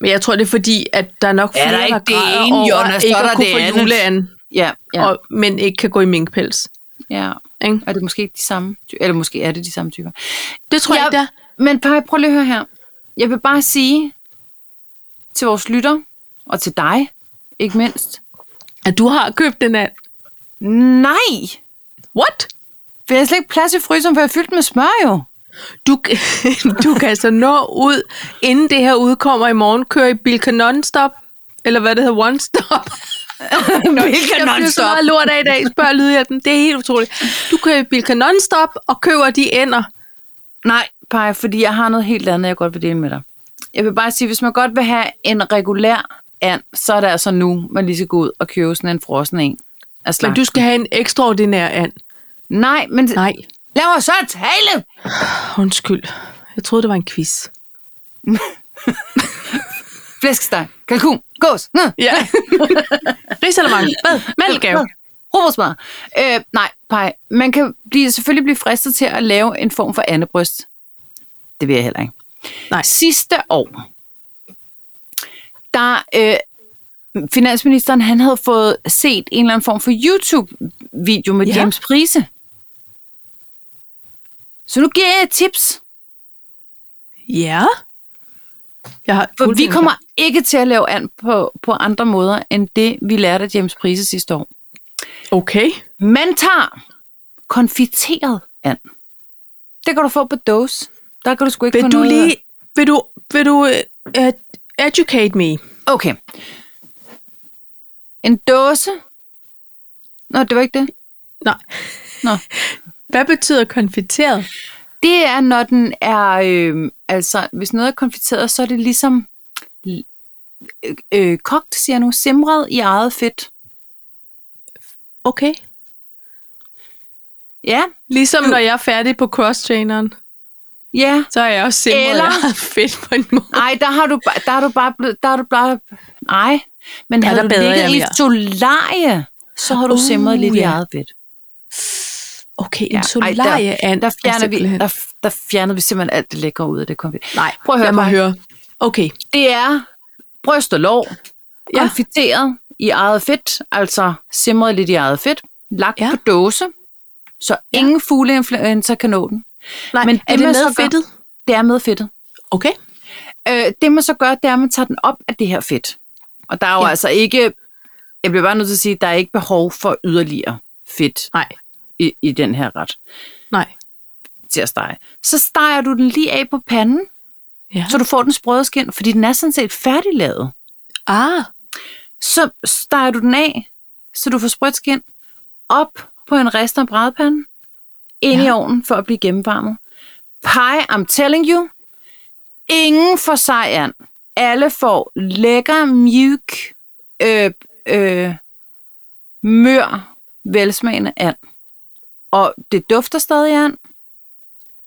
Men jeg tror, det er fordi, at der er nok Er flere, der ikke det græder ene, over Jonas, så ikke er at der kunne det få andet. juleand, Ja, ja, og, men ikke kan gå i minkpels. ja. Ikke? Er det måske ikke de samme? ty- Eller måske er det de samme typer. Det tror jeg, ikke, det jeg, er. Men Paj, prøv lige at høre her. Jeg vil bare sige til vores lytter, og til dig, ikke mindst. At du har købt den and. Nej! What? For jeg har slet ikke plads i fryseren, for jeg er fyldt med smør (laughs) jo. Du, du kan altså nå ud, inden det her udkommer i morgen, køre i Bilka Nonstop, eller hvad det hedder, One (laughs) Stop. Hvilken Jeg bliver så meget lort af i dag, spørger Lydhjælpen. Det er helt utroligt. Du kører i Bilka Nonstop og køber de ender. Nej, Paj, fordi jeg har noget helt andet, jeg godt vil dele med dig. Jeg vil bare sige, hvis man godt vil have en regulær and, så er det altså nu, man lige skal gå ud og købe sådan en frossen en. Altså, Men du skal have en ekstraordinær and. Nej, men... Nej. Nej, Lad mig så tale! undskyld. Jeg troede, det var en quiz. Flæskesteg, kalkun, gås, nød, Ja. (laughs) Rigsalermang. Hvad? Mandelgave. Robotsmad. Øh, nej, pej. Man kan blive, selvfølgelig blive fristet til at lave en form for andebryst. Det vil jeg heller ikke. Nej. Sidste år, der øh, finansministeren, han havde fået set en eller anden form for YouTube-video med Ja. ja. James Prise. Så nu giver jeg et tips, Ja. Jeg har for vi kommer ikke til at lave an på, på andre måder, end det, vi lærte af James Prise sidste år. Okay. Man tager konfiteret and. Det kan du få på dåse. Der kan du sgu ikke få Vil du noget. lige... Vil du... Vil du uh, educate me? Okay. En dåse. Nå, det var ikke det. Nej. Nå. Hvad betyder konfiteret? Det er, når den er... Øh, altså, hvis noget er konfiteret, så er det ligesom øh, øh, kogt, siger jeg nu, simret i eget fedt. Okay. Ja, Ligesom når jeg er færdig på cross-traineren, ja. så er jeg også simret. Eller- Jeg er fedt på en måde. Nej, der har du, ba- der har du bare blevet, der har du bare, nej. Men Ja, ja, der havde du bader ligget jeg i mere. solarie, så har du Uh, uh, simret lidt ja. i eget fedt. Okay, en Ja, ja, ej, solarie and. Der fjerner, vi, der, der fjerner vi simpelthen alt det lækre ud af det konfit. Nej, Prøv at høre lad mig mig. høre. Okay, Det er bryst og lår, Ja. ja. konfiteret i eget fedt, altså simret lidt i eget fedt, lagt Ja. ja. på dåse, så Ja. ingen fugleinfluenza kan nå den. nej, men Men er det, det, man med så gør- fedtet? Det er med fedtet. Okay. Øh, det man så gør, det er, at man tager den op af det her fedt. Og der er jo Ja. ja. altså ikke, jeg bliver bare nødt til at sige, der er ikke behov for yderligere fedt Nej, i, i den her ret. nej. til at stege. Så steger du den lige af på panden, Ja. så du får den sprøde skin, fordi den er sådan set færdiglavet. Ah, Så steger du den af, så du får sprødt skin, op på en rest og brædepande, ind ja. i Ja. ovnen for at blive gennemvarmet. Pie, I'm telling you, ingen får sejren. Alle får lækker, mjuk, øh, øh, mør, velsmagende and. Og det dufter stadig and.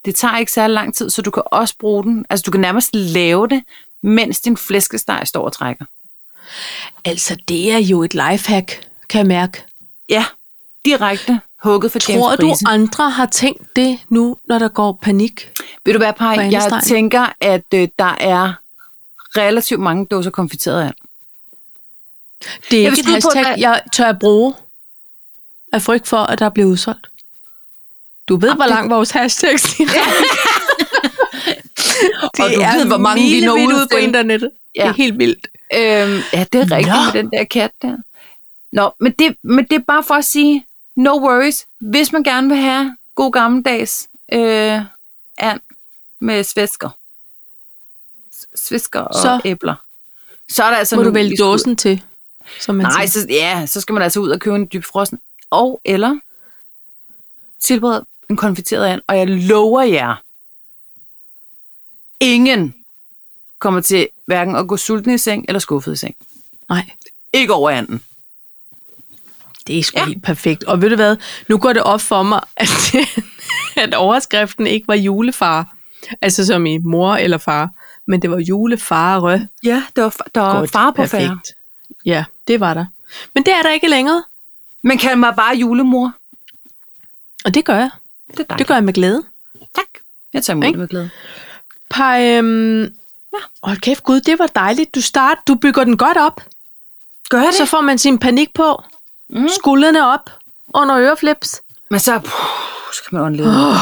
Det tager ikke særlig lang tid, så du kan også bruge den. Altså, du kan nærmest lave det, mens din flæskesteg står og trækker. altså det er jo et lifehack, kan jeg mærke. Ja, direkte hugget for James Tror du, Prisen. andre har tænkt det nu, når der går panik? Ved du hvad, Paj? På Jeg andestegen? tænker, at øh, der er relativt mange dåser konfiteret (laughs) af. Det er Jeg ikke vil et skyde på, hashtag, at- jeg tør at bruge af frygt for, at der bliver udsolgt. Du ved, hvor det- lang vores hashtags de rækker. Og du ved, hvor mange vi når milevidt ud på til. internettet. Ja. Det Ja. er helt vildt. Øhm, ja, det er rigtigt Nå. med den der kat der. Nå, men det, men det er bare for at sige, no worries. Hvis man gerne vil have god gammeldags øh, and med svisker, S- svisker og Så- så. æbler, så er der altså Så må nu, du vælge vi skulle- dåsen til, som man Nej, siger. så, ja, så skal man altså ud og købe en dybfrossen. Og eller tilberede en konfiteret and. Og jeg lover jer, ingen kommer til hverken at gå sulten i seng eller skuffet i seng. Nej, Ikke over anden. det er sgu Ja. ja. helt perfekt. Og ved du hvad, nu går det op for mig, at, (laughs) at overskriften ikke var julefar. Altså som i mor eller far. Men det var julefare. Ja, der var, der var Godt, far på perfekt. færre. Ja, det var der. Men det er der ikke længere, Men kald mig bare julemor. og det gør jeg. Det er dejligt. Det gør jeg med glæde. Tak. Jeg tager imod Ikke? det med glæde. Par, øhm, ja. Hold kæft, Gud, det var dejligt. Du start, du bygger den godt op. Gør jeg det? Så får man sin panik på. Mm. Mm. Skuldrene op under øreflips. men så, puh, så kan man ånde lidt. Oh,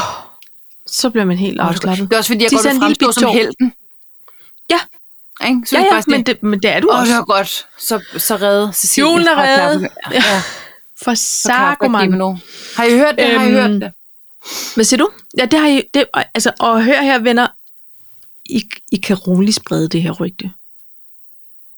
så bliver man helt afslappet. Det er også fordi, jeg Tisse godt er vil en lille fremstå bit som tår. helten. Ja. Ikke? Så Ja, det er ja, faktisk det. men det, men det er du Åh, oh, det også. var godt. Så, så redde Cecilie. Julen er fra reddet. Klapperkø- Ja, For fra Klapperkø- Sarkoman. nu. Har I hørt det? Har I Øhm, hørt det? Hvad siger du? Ja, det har I, det, altså, og hør her, venner. I, I kan roligt sprede det her rygte.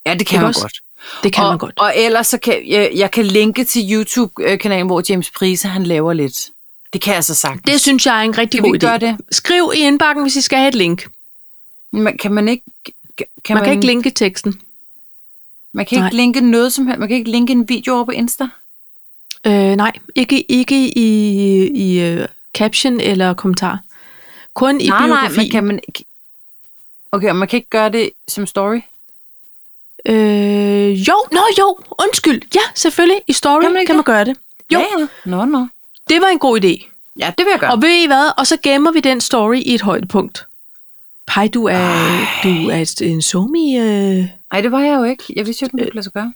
Ja, det ikke kan man også? godt. Det kan og, man godt. Og ellers så kan jeg, jeg kan linke til YouTube-kanalen, hvor James Prise, han laver lidt. Det kan jeg så sagtens. Det synes jeg er en rigtig Kan vi god idé. gøre det? Skriv i indbakken, hvis I skal have et link. Man, Man, kan man ikke... Kan man, man kan ikke linke teksten. man kan ikke Nej. linke noget som helst. Man kan ikke linke en video over på Insta. Øh, nej, ikke, ikke i, i øh, caption eller kommentar. Kun i nej, nej, biografi. man kan man ikke... Okay, og man kan ikke gøre det som story? øh, jo, nå jo, undskyld. Ja, selvfølgelig. I story Kan kan man man, ikke kan man gøre det. Jo. Ja, ja. Nå, nå. Det var en god idé. Ja, det vil jeg gøre. Ja. Og ved I hvad? Og så gemmer vi den story i et højdepunkt. Pej, du er, Ej. du er et- en somi... Øh... Nej, det var jeg jo ikke. Jeg vidste jo, ikke, det kunne lade sig gøre.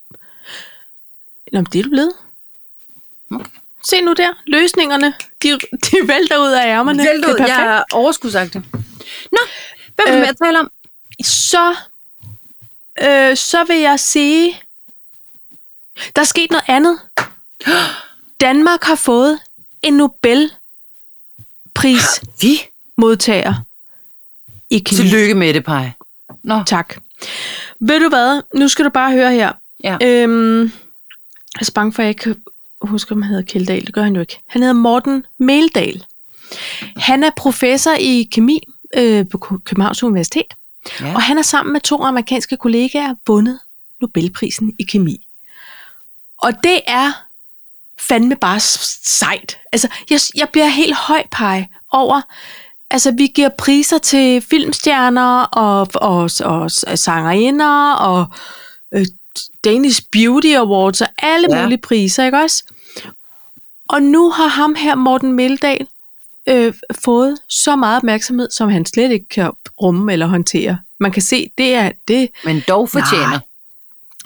Nå, men det er du blevet. Okay. Se nu der. Løsningerne, de, de vælter ud af ærmerne. Væltet det er ud. perfekt. Jeg øh, er overskudsagtig. Nå, hvad vil du Øh, mere tale om? så, øh, så vil jeg sige, der er sket noget andet. Danmark har fået en Nobelprismodtager Vi? i kemi. Tillykke med det, Paj. Nå, Tak. Ved du hvad? Nu skal du bare høre her. Ja. Øhm, jeg er så bange for, at jeg ikke husker, om han hedder Kjeldahl. Det gør han jo ikke. Han hedder Morten Meldal. Han er professor i kemi øh, på Kø- Københavns Universitet. Ja. Ja. Og han er sammen med to amerikanske kollegaer vundet Nobelprisen i kemi. Og det er fandme bare s- sejt. Altså, jeg, jeg bliver helt højpege over, altså, vi giver priser til filmstjerner og, og, og, og sangerinder og øh, Danish Beauty Awards og alle Ja. ja. mulige priser, ikke også? Og nu har ham her, Morten Meldal, øh, fået så meget opmærksomhed, som han slet ikke kan rumme eller håndtere. Man kan se, det er det men dog fortjener.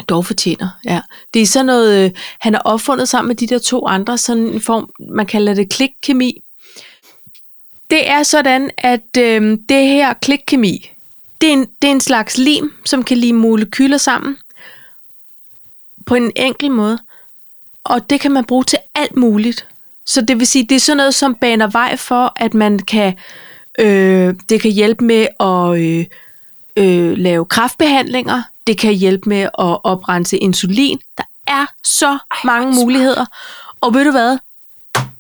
dog fortjener. Ja. Det er sådan noget, øh, han har opfundet sammen med de der to andre, sådan en form, man kalder det klikkemi. Det er sådan, at øh, det her klikkemi, det er, en, det er en slags lim, som kan lime molekyler sammen på en enkel måde. Og det kan man bruge til alt muligt. Så det vil sige, det er sådan noget, som baner vej for, at man kan, øh, det kan hjælpe med at øh, øh, lave kraftbehandlinger, det kan hjælpe med at oprense insulin. Der er så Ej, mange muligheder. Og ved du hvad?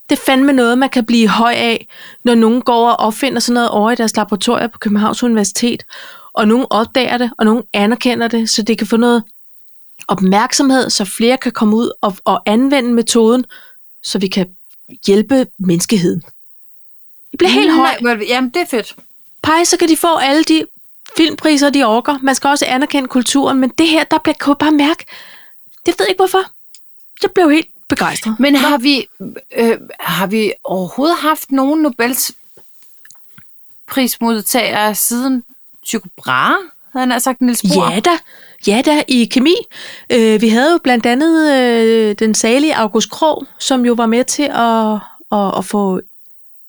Det er fandme noget, man kan blive høj af, når nogen går og opfinder sådan noget over i deres laboratorier på Københavns Universitet, og nogen opdager det, og nogen anerkender det, så det kan få noget opmærksomhed, så flere kan komme ud og, og anvende metoden, så vi kan hjælpe menneskeheden. Det bliver helt højt. Nej, hvor- Jamen, det er fedt. Pej, så kan de få alle de filmpriser, de orker. Man skal også anerkende kulturen, men det her, der bliver, kan jeg bare mærke, det ved jeg ikke hvorfor. Jeg blev helt begejstret. Men har vi, øh, har vi overhovedet haft nogen Nobels prismodtagere siden Tycho Brahe? Havde han sagt Niels Bohr? Ja da, ja da, i kemi. Øh, vi havde jo blandt andet øh, den salige August Krog, som jo var med til at, at, at få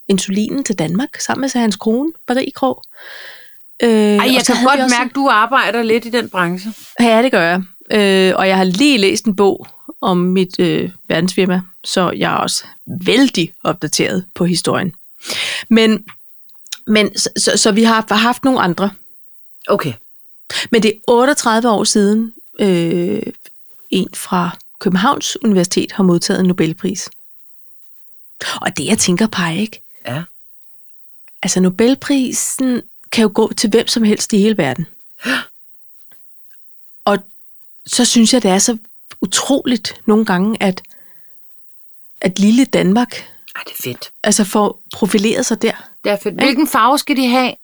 insulinen til Danmark, sammen med hans kone, Marie Krog. Øh, Ej, jeg og så kan havde vi godt også- mærke, at du arbejder lidt i den branche. Ja, det gør jeg. Øh, og jeg har lige læst en bog om mit øh, verdensfirma, så jeg er også vældig opdateret på historien. Men, men så, så, så vi har haft nogle andre. Okay. Men det er 38 år siden, øh, en fra Københavns Universitet har modtaget en Nobelpris. Og det, jeg tænker på, ikke? Ja. Altså, Nobelprisen kan jo gå til hvem som helst i hele verden. Og så synes jeg, det er så utroligt nogle gange, at, at lille Danmark Ej, det er fedt. altså får profileret sig der. Det er fedt. Hvilken farve skal de have?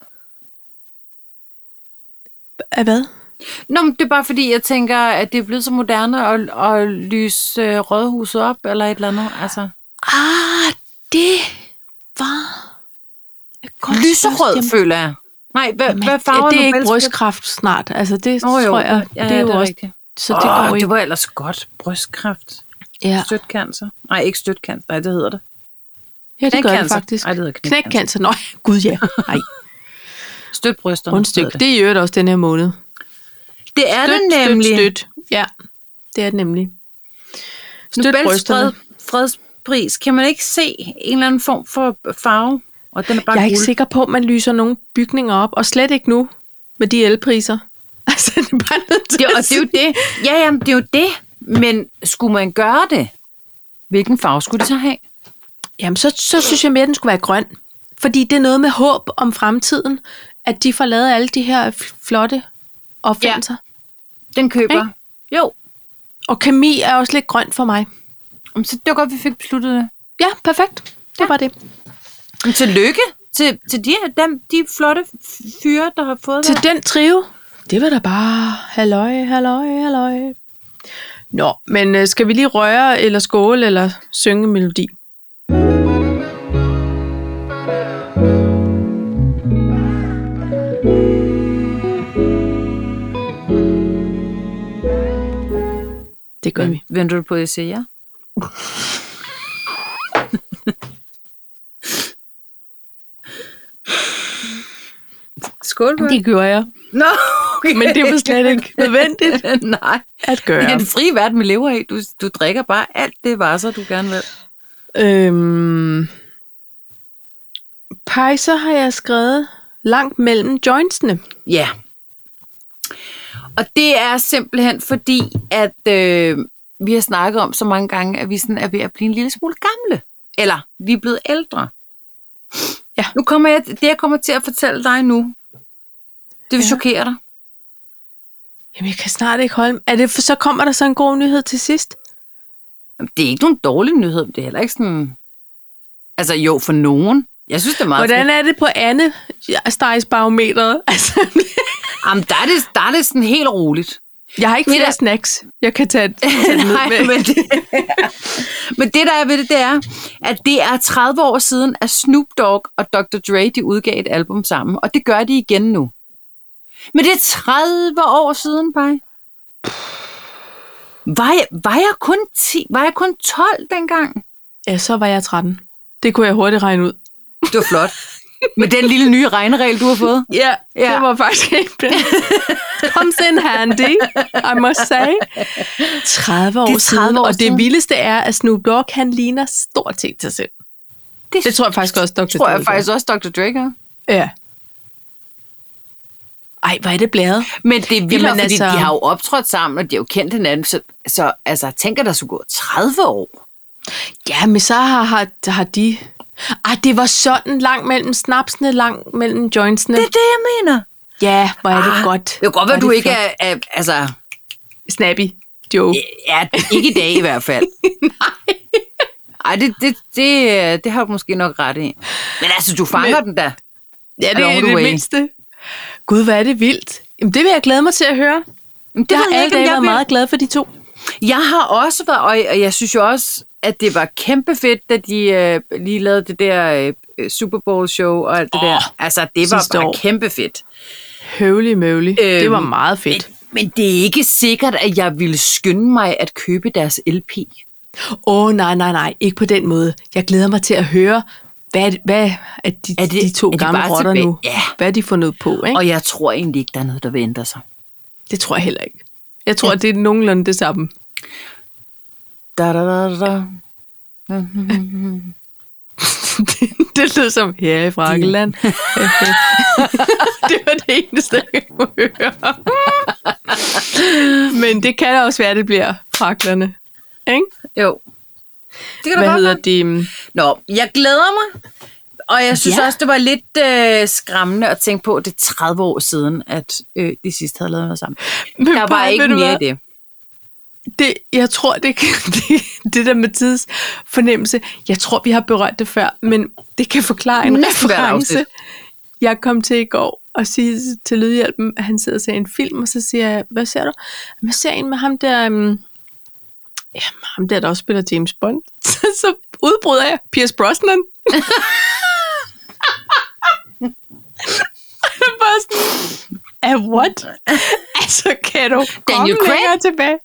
Af hvad? Nå, men det er bare fordi, jeg tænker, at det er blevet så moderne at, at lyse øh, rådhuset op, eller et eller andet. Altså, Ah, det var... et godt lyserød, spørgsmål. føler jeg. Nej, hvad, Men hvad farve det er ikke Nobels- brystkræft snart. Altså det Nå, oh, jo, tror jeg, ja, det er jo det er også, rigtigt. så det går det ikke. var ellers godt. Brystkræft. Ja, Støtcancer. Nej, ikke støtcancer. Nej, det hedder det. ja det gør det Knækcancer. faktisk. Ej, det hedder knækcancer. Knækcancer, nå, gud (laughs) ja. Nej, Støtbrysterne. rundstyk. hedder Det er i øvrigt også den her måned. Det, det er det nemlig. Støt, støt. Ja, det er det nemlig. Støt Nobels brysterne. fred, fredspris. Kan man ikke se en eller anden form for farve? Og den er bare Jeg er gul. ikke sikker på, at man lyser nogle bygninger op, og slet ikke nu med de elpriser. (laughs) Altså, det er bare nødt til det, og at det er jo det. Ja, jamen, det er jo det. Men skulle man gøre det? Hvilken farve skulle de så have? Jamen, så, så synes jeg mere, at den skulle være grøn. Fordi det er noget med håb om fremtiden, at de får lavet alle de her f- flotte opfindelser. Ja. Den køber. Jo. Og kemi er også lidt grøn for mig. Jamen, Så det var godt, vi fik besluttet det. Ja, perfekt. Det var bare det. Men tillykke til, til de, dem, de flotte fyre, der har fået Til det. den trio, det var da bare halløj, halløj, halløj. Nå, men øh, skal vi lige røre, eller skåle, eller synge en melodi? Det gør vi. Venter du på, at jeg siger ja? Skål, Bjørn. Det gjorde jeg, Nå, okay. men det var slet ikke nødvendigt (laughs) Nej, at det er gøre. en fri verden, vi lever i. Du, du drikker bare alt det varser, du gerne vil. Øhm, pejser har jeg skrevet langt mellem jointsene. Ja. Og det er simpelthen fordi, at øh, vi har snakket om så mange gange, at vi sådan er ved at blive en lille smule gamle. Eller vi er blevet ældre. Ja. Nu kommer jeg, det, jeg kommer til at fortælle dig nu, det vil Ja. ja. chokere dig. Jamen, jeg kan snart ikke holde... Er det, for så kommer der så en god nyhed til sidst. Jamen, Det er ikke nogen dårlig nyhed. Det er heller ikke sådan... Altså jo, for nogen. Jeg synes, det er meget Hvordan er det på Anne Stejsbarometeret? (laughs) Altså, fedt. Jamen, der er, det, der er det sådan helt roligt. jeg har ikke Det flere der- snacks, jeg kan (laughs) tage, tage ned Nej, med. men det, (laughs) men det, der er ved det, det er, at det er 30 år siden, at Snoop Dogg og Dr. Dre de udgav et album sammen, og det gør de igen nu. Men det er 30 år siden, Paj. Var jeg, var, jeg kun 10, var jeg kun 12 dengang? Ja, så var jeg 13. Det kunne jeg hurtigt regne ud. Det var flot. (laughs) Med den lille nye regneregel, du har fået. Ja, Ja. ja. det var faktisk ikke det. (laughs) Comes in handy, I must say. 30 år, Det 30 er 30 siden, år og siden. det vildeste er, at Snoop Dogg, han ligner stort set sig selv. Det tror jeg faktisk også, Dr. tror jeg Dre gør. faktisk også Dr. Dre gør. Ja. Ej, hvor er det blæret. Men det er vildt, Jamen fordi altså... altså- de har jo optrådt sammen, og de har jo kendt hinanden. Så, så altså, tænk, at der skulle gå 30 år. Ja, men så har, har, har de... Ej, det var sådan langt mellem snapsene, langt mellem jointsene. Det er det, jeg mener. Ja, hvor er det Ah, godt. Det kan godt Hvor være, er du det ikke flot. er, er, altså, Snappy Joe. ja, ikke i dag i hvert (laughs) fald. Nej. Ej, det, det, det, øh, det har du måske nok ret i. Men altså, du fanger Men... den da. Ja, det along er the det way. mindste. Gud, hvor er det vildt. Jamen, det vil jeg glæde mig til at høre. Men det Jeg har ved alle ikke, om dage jeg været vil. meget glad for de to. Jeg har også været, og jeg- og jeg synes jo også, at det var kæmpe fedt, da de øh, lige lavede det der øh, øh, Super Bowl show og alt det oh, der. Altså, det var sidste bare år. kæmpe fedt. Høvlig møvlig. Øhm, det var Øhm, meget fedt. Men det er ikke sikkert, at jeg ville skynde mig at købe deres LP. Åh, oh, nej, nej, nej. Ikke på den måde. Jeg glæder mig til at høre, hvad, hvad er de, Er er det- det, de to er de gamle bare rotter tilbage? nu? Ja. Hvad er de fundet på? Ikke? Og jeg tror egentlig ikke, der er noget, der vil ændre sig. Det tror jeg heller ikke. Jeg tror, det er nogenlunde det samme. (laughs) Da, da, da, da. det, det lød som her i (laughs) Frakkeland. (laughs) det var det eneste, jeg kunne høre. (laughs) Men det kan da også være, at det bliver fraklerne. Ikke? Jo. Det kan Hvad hedder de? Nå, jeg glæder mig. Og jeg synes ja. Ja. også, det var lidt øh, skræmmende at tænke på, at det er 30 år siden, at øh, de sidst havde lavet noget sammen. Men Der var Paj, ikke ved du mere i hvad? det. det. Jeg tror, det, kan, (laughs) det, det der med tidsfornemmelse, jeg tror, vi har berørt det før, men det kan forklare en Næsten hvert reference. afsnit. Jeg kom til i går og sige til Lydhjælpen, at han sidder og ser en film, og så siger jeg, hvad ser du? Jamen, jeg ser en med ham der, um, ja, ham der, der også spiller James Bond. (laughs) Så, så udbryder jeg Pierce Brosnan. (laughs) Det er bare sådan, af (laughs) what? altså, kan du komme Daniel Craig? længere tilbage?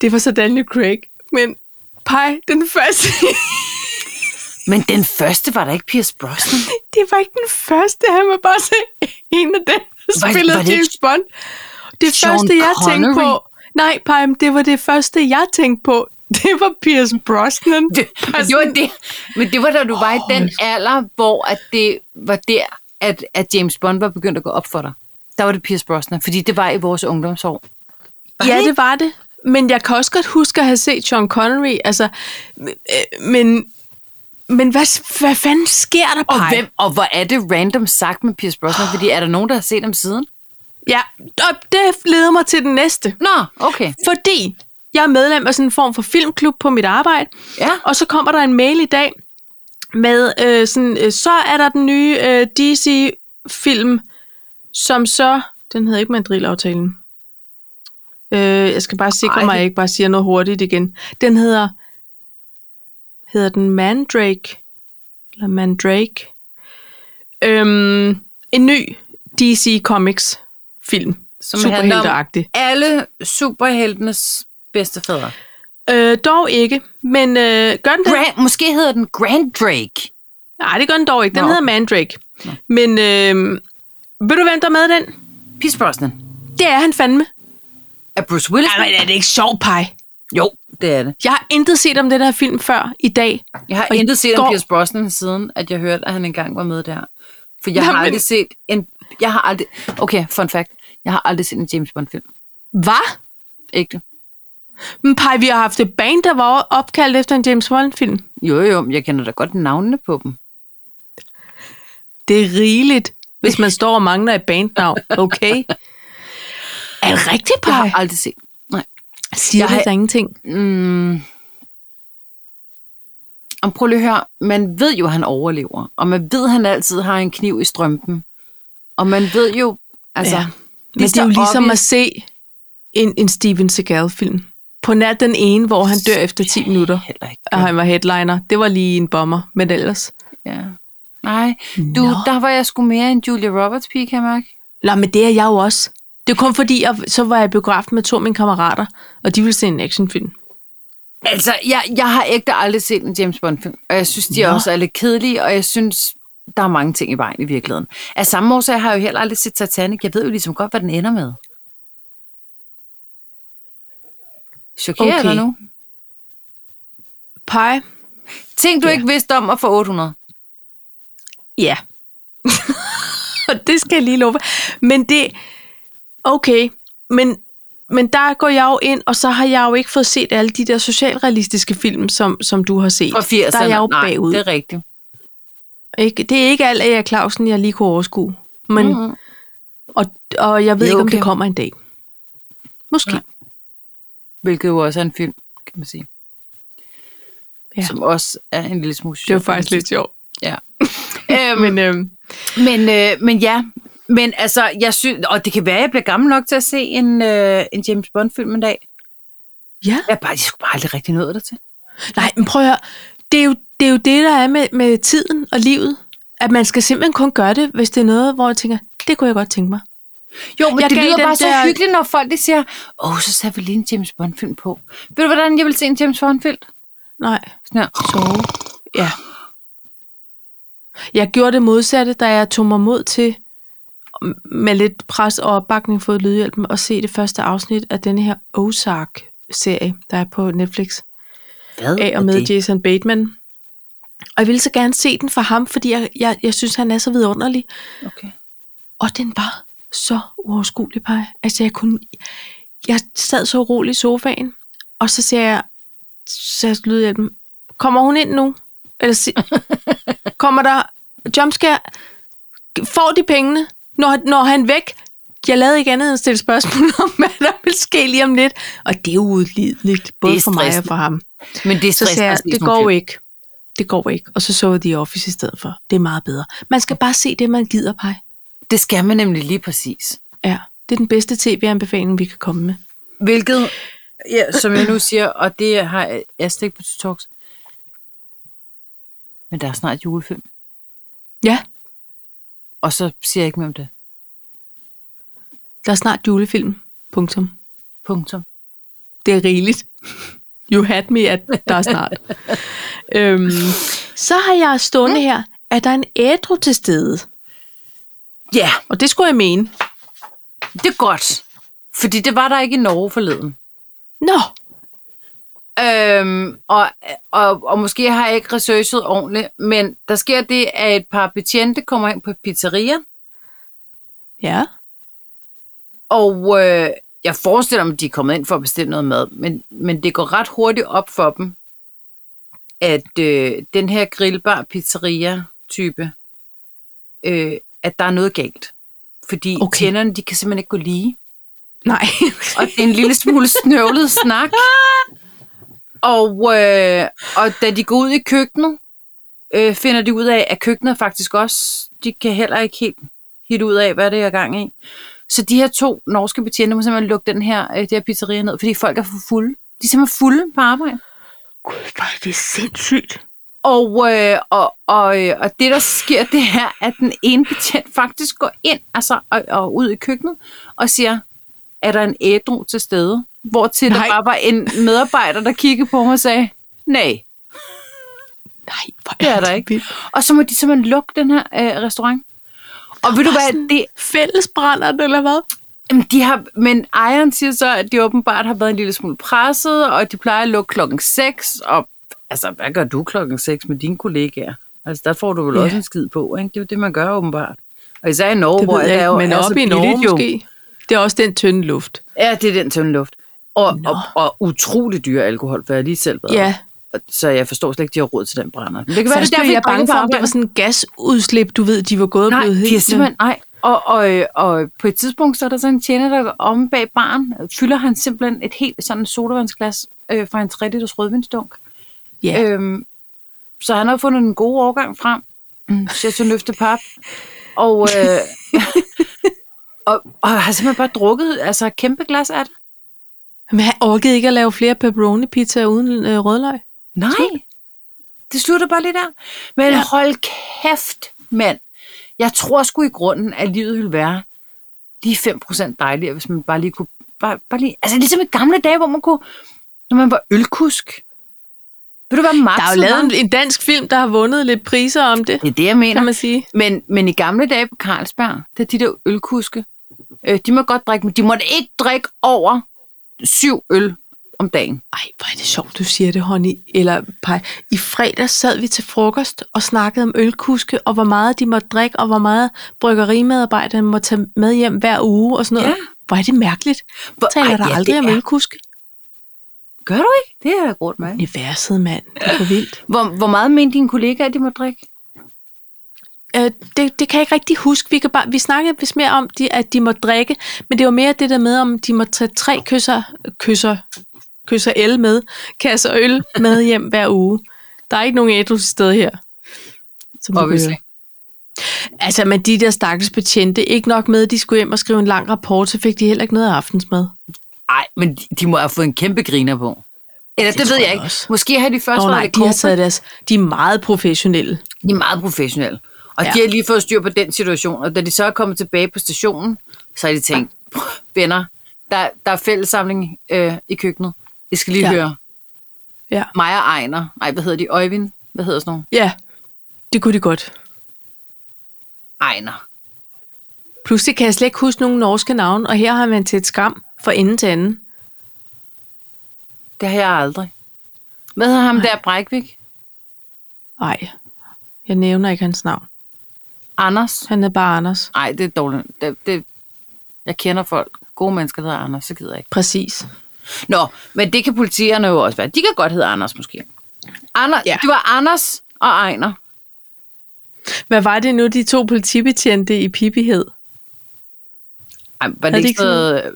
Det var så Daniel Craig, men pej, den første, Men den første var der ikke Pierce (laughs) Brosnan. det var ikke den første, han var bare så en af dem, der Var- spillede var det James Bond. Det Sean første, jeg tænkte Connery? på, nej, pej, men det var det første, jeg tænkte på, (laughs) det var Pierce Brosnan. Det, Altså, det var det. Men det var da du var i den alder, hvor at det var der, at, at James Bond var begyndt at gå op for dig. Der var det Pierce Brosnan, fordi det var i vores ungdomsår. Var Ja, det det var det. Men jeg kan også godt huske at have set Sean Connery. Altså, øh, men, men hvad, hvad fanden sker der, Og, Paj? hvem, og hvor er det random sagt med Pierce Brosnan, fordi er der nogen, der har set ham siden? Ja, og det leder mig til den næste. Nå, okay. Fordi jeg er medlem af sådan en form for filmklub på mit arbejde. Ja. Og så kommer der en mail i dag med øh, sådan, øh, så er der den nye øh, DC-film, som så, den hedder ikke Mandrilaftalen. Øh, jeg skal bare sikre Ej, Ej, mig, at det- jeg ikke bare siger noget hurtigt igen. Den hedder, hedder den Mandrake, eller Mandrake. Øhm, en ny DC Comics film. Som handler om- Superhelteagtig. Alle superheltenes bedste fædre. Øh, dog ikke, men øh, gør den det? Grand, måske hedder den Grand Drake. Nej, det gør den dog ikke. Den Nå, Nå. hedder okay. Mandrake. Nå. Men øh, ved du, hvem der er med i den? Pierce Brosnan. Det er han fandme. Er Bruce Willis? med? er det ikke sjovt, Pej? Jo, det er det. Jeg har intet set om den her film før i dag. Jeg har Og i intet set om går- Pierce Brosnan siden, at jeg hørte, at han engang var med der. For jeg Nå, har men- aldrig set en... Jeg har aldrig... Okay, fun fact. Jeg har aldrig set en James Bond-film. Hvad? Ægte. Men Pej, vi har haft et band, der var opkaldt efter en James Bond-film. Jo, jo, men jeg kender da godt navnene på dem. Det er rigeligt, hvis man står og mangler et bandnavn. Okay? Er det rigtigt, Jeg Pej? har aldrig set. Nej. Siger jeg har- det da ingenting. Mm. Om prøv lige at høre. Man ved jo, at han overlever. Og man ved, at han altid har en kniv i strømpen. Og man ved jo... Altså, Ja. Men det, det er jo ligesom at se en, en Steven Seagal-film. På nat den ene, hvor han dør efter 10 minutter. Heller ikke. at han var headliner. Det var lige en bomber, men ellers. Ja. Nej, du, no. Nå. der var jeg sgu mere en Julia Roberts pige, kan jeg mærke. Nå, men det er jeg jo også. Det er kun fordi, jeg, så var jeg i biografen med to af mine kammerater, og de ville se en actionfilm. Altså, jeg, jeg har ægte aldrig set en James Bond-film, og jeg synes, de Nå. også er lidt kedelige, og jeg synes, der er mange ting i vejen i virkeligheden. Af samme årsag har jeg jo heller aldrig set Titanic. Jeg ved jo ligesom godt, hvad den ender med. Chokerer okay. Okay. dig nu? Pie? Ting, du Ja. ja. ikke vidste om at få 800. Ja. (laughs) Og det skal jeg lige love. Men det... Okay, men, men der går jeg jo ind, og så har jeg jo ikke fået set alle de der socialrealistiske film, som, som du har set. Fra 80'erne. der er jeg jo Nej, bagud. det er rigtigt. Ikke? Det er ikke alt af Erik Clausen, jeg lige kunne overskue. Men, mm. Mm-hmm. og, og jeg ved Det er ikke, om okay. det kommer en dag. Måske. Nej. Hvilket jo også er en film, kan man sige. Ja. Ja. Som også er en lille smule Det var faktisk lidt sjovt. Ja. Øh, men øhm, Men, øh, men ja, men altså, jeg synes, og det kan være, at jeg bliver gammel nok til at se en, øh, en James Bond-film en dag. ja. Jeg, er bare, jeg skulle bare aldrig rigtig nået dertil. Nej, men prøv at høre. Det er jo det, er jo det der er med, med tiden og livet. At man skal simpelthen kun gøre det, hvis det er noget, hvor jeg tænker, det kunne jeg godt tænke mig. Jo, men Jeg jeg det gav lyder den bare der... så der- hyggeligt, når folk de siger, åh, oh, så satte vi lige en James Bond-film på. Ved du, hvordan jeg vil se en James Bond-film? Nej. Sådan her. Sove. Ja. Jeg gjorde det modsatte, da jeg tog mig mod til, m- med lidt pres og opbakning fået lydhjælpen, at se det første afsnit af denne her Ozark-serie, der er på Netflix. Hvad af og med det? Jason Bateman. Og jeg ville så gerne se den for ham, fordi jeg, jeg, jeg synes, han er så vidunderlig. Okay. Og den var så uoverskuelig, Paj. Altså, jeg kunne... Jeg sad så roligt i sofaen, og så ser jeg... Så jeg lyder dem. Kommer hun ind nu? Eller (laughs) si- kommer der jumpscare? Får de pengene? Når, når han er væk? Jeg lavede ikke andet end at stille spørgsmål om, (laughs) hvad der ville ske lige om lidt. Og det er uudlideligt, både Det er for mig og stressende. for ham. Men det er Så sagde jeg, stressende at se det sådan nogle går film. ikke. Det går ikke. Og så så jeg The Office i stedet for. Det er meget bedre. Man skal bare se det, man gider, Paj. Det skal man nemlig lige præcis. Ja, det er den bedste tv-anbefaling, vi kan komme med. Hvilket, ja, som jeg nu siger, og det har jeg slet ikke på Talks. Men der er snart julefilm, Ja, og så siger jeg ikke mere om det. der er snart julefilm. Punktum. Punktum. Det er (laughs) rigeligt. You had me, at der er snart. øhm, så har jeg stående her, at der er en ædru til stede. Ja, yeah, Og det skulle jeg mene. det er godt. Fordi det var der ikke i Norge forleden. Nå, Øhm, og, og, og måske har jeg ikke researchet ordentligt, men der sker det, at et par betjente kommer ind på et pizzeria, ja. og øh, jeg forestiller mig, at de er kommet ind for at bestille noget mad, men, men det går ret hurtigt op for dem, at øh, den her grillbar pizzeria-type, øh, at der er noget galt. Fordi okay. Okay. tænderne, de kan simpelthen ikke gå lige. (laughs) Nej. og det er en lille smule snøvlet snak. Og, øh, og da de går ud i køkkenet, øh, finder de ud af, at køkkenet faktisk også, de kan heller ikke helt hitte ud af, hvad det er jeg er gang i. Så de her to norske betjente må simpelthen lukke den her, øh, det her pizzeria ned, fordi folk er for fulde. De er simpelthen fulde på arbejde. Gud, hvor er det sindssygt. Og, øh, og, og, øh, og det, der sker, det er, at den ene betjent faktisk går ind altså, og, og ud i køkkenet og siger, er der en ædru til stede? Hvor til der Nej. bare var en medarbejder, der kiggede på mig og sagde, nej, Nej, hvor det er der ikke. vildt. Og så må de simpelthen lukke den her øh, restaurant. Og ved du Bare hvad, sådan- det, Fællesbrænderen, eller hvad? jamen, de har, men ejeren siger så, at de åbenbart har været en lille smule presset, og de plejer at lukke klokken 6, og altså, hvad gør du klokken 6 med dine kollegaer? Altså, der får du vel Ja. ja. også en skid på, ikke? Det er jo det, man gør åbenbart. Og især i Norge, Det hvor ved jeg det er jo ikke, men er oppe i så Norge billigt jo. måske. Det er også den tynde luft. Ja, det er den tynde luft. Og, Nå. og, og utrolig dyr alkohol, for jeg har lige selv været. Ja, Og- Så jeg forstår slet ikke, de har råd til den brænder. Men det kan være, Først det er blev derfor, jeg de bange drikker for, på om det var arbejde. sådan en gasudslip, du ved, de var gået og Nej, blevet de er helt... simpelthen, nej. Og, og, øh, og på et tidspunkt, så er der sådan en tjener, der går om bag barn, fylder han simpelthen et helt sådan sodavandsglas øh, fra en 3 liters rødvinsdunk. Ja. Øhm, så han har fundet en god overgang frem. Mm, Chateau Løfte Pap. Og, øh, og, og har simpelthen bare drukket altså, et kæmpe glas af det. Men han orkede ikke at lave flere pepperoni pizza uden øh, rødløg. Nej. Slut. Det slutter bare lige der. Men Ja. ja. hold kæft, mand. Jeg tror sgu i grunden, at livet ville være lige 5% dejligere, hvis man bare lige kunne... Bare, bare lige, altså ligesom i gamle dage, hvor man kunne... Når man var ølkusk. Ved du, hvad Max Der er jo lavet en, en dansk film, der har vundet lidt priser om det, Det er det, jeg mener. kan man sige. Men, men i gamle dage på Carlsberg, der de der ølkuske, øh, de må godt drikke, men de måtte ikke drikke over syv øl om dagen. Ej, hvor er det sjovt, du siger det, honey. Eller pej. I fredag sad vi til frokost og snakkede om ølkuske, og hvor meget de måtte drikke, og hvor meget bryggerimedarbejderne må tage med hjem hver uge og sådan noget. Ja. Hvor er det mærkeligt. Hvor, Taler Ej, der ja, aldrig det om er- ølkuske? Gør du ikke? Det er jeg godt med. Universet, mand. Det er for vildt. Hvor, hvor meget mente dine kollegaer, de må drikke? Øh, det, det kan jeg ikke rigtig huske. Vi, kan bare, vi snakkede vist mere om, de, at de må drikke, men det var mere det der med, om de må tage tre kysser, kysser, kysser el med, kasser øl (laughs) med hjem hver uge. Der er ikke nogen ædru til stede her. Som du kan høre. Altså, men de der stakkels betjente, ikke nok med, at de skulle hjem og skrive en lang rapport, så fik de heller ikke noget aftensmad. Nej, men de, de må have fået en kæmpe griner på. Eller det, det tror ved jeg jeg ikke. også. Måske har de først Nå været nej, lidt de har corporate. taget deres, de er meget professionelle. De er meget professionelle. Og ja. Ja. de har lige fået styr på den situation, og da de så er kommet tilbage på stationen, så har de tænkt, "Puh, venner, der, der er fællessamling øh, i køkkenet. Jeg skal lige ja. Ja. høre. Ja. Maja og Ejner. Nej, hvad hedder de? Øjvind? Hvad hedder sådan nogle? Ja, det kunne de godt. Ejner. Pludselig kan jeg slet ikke huske nogen norske navn, og her har man til et skam fra ende til anden. Det har jeg aldrig. Hvad hedder ham der Brækvik? Nej, jeg nævner ikke hans navn. Anders? Han er bare Anders. Nej, det er dårligt. Det, det, jeg kender folk. Gode mennesker, der hedder Anders, så gider jeg ikke. Præcis. Nå, men det kan politierne jo også være. De kan godt hedde Anders måske. Ander, ja. Ja. Det var Anders og Ejner. Hvad var det nu, de to politibetjente i Pippi hed? Ej, var det Havde de ikke ikke sådan noget...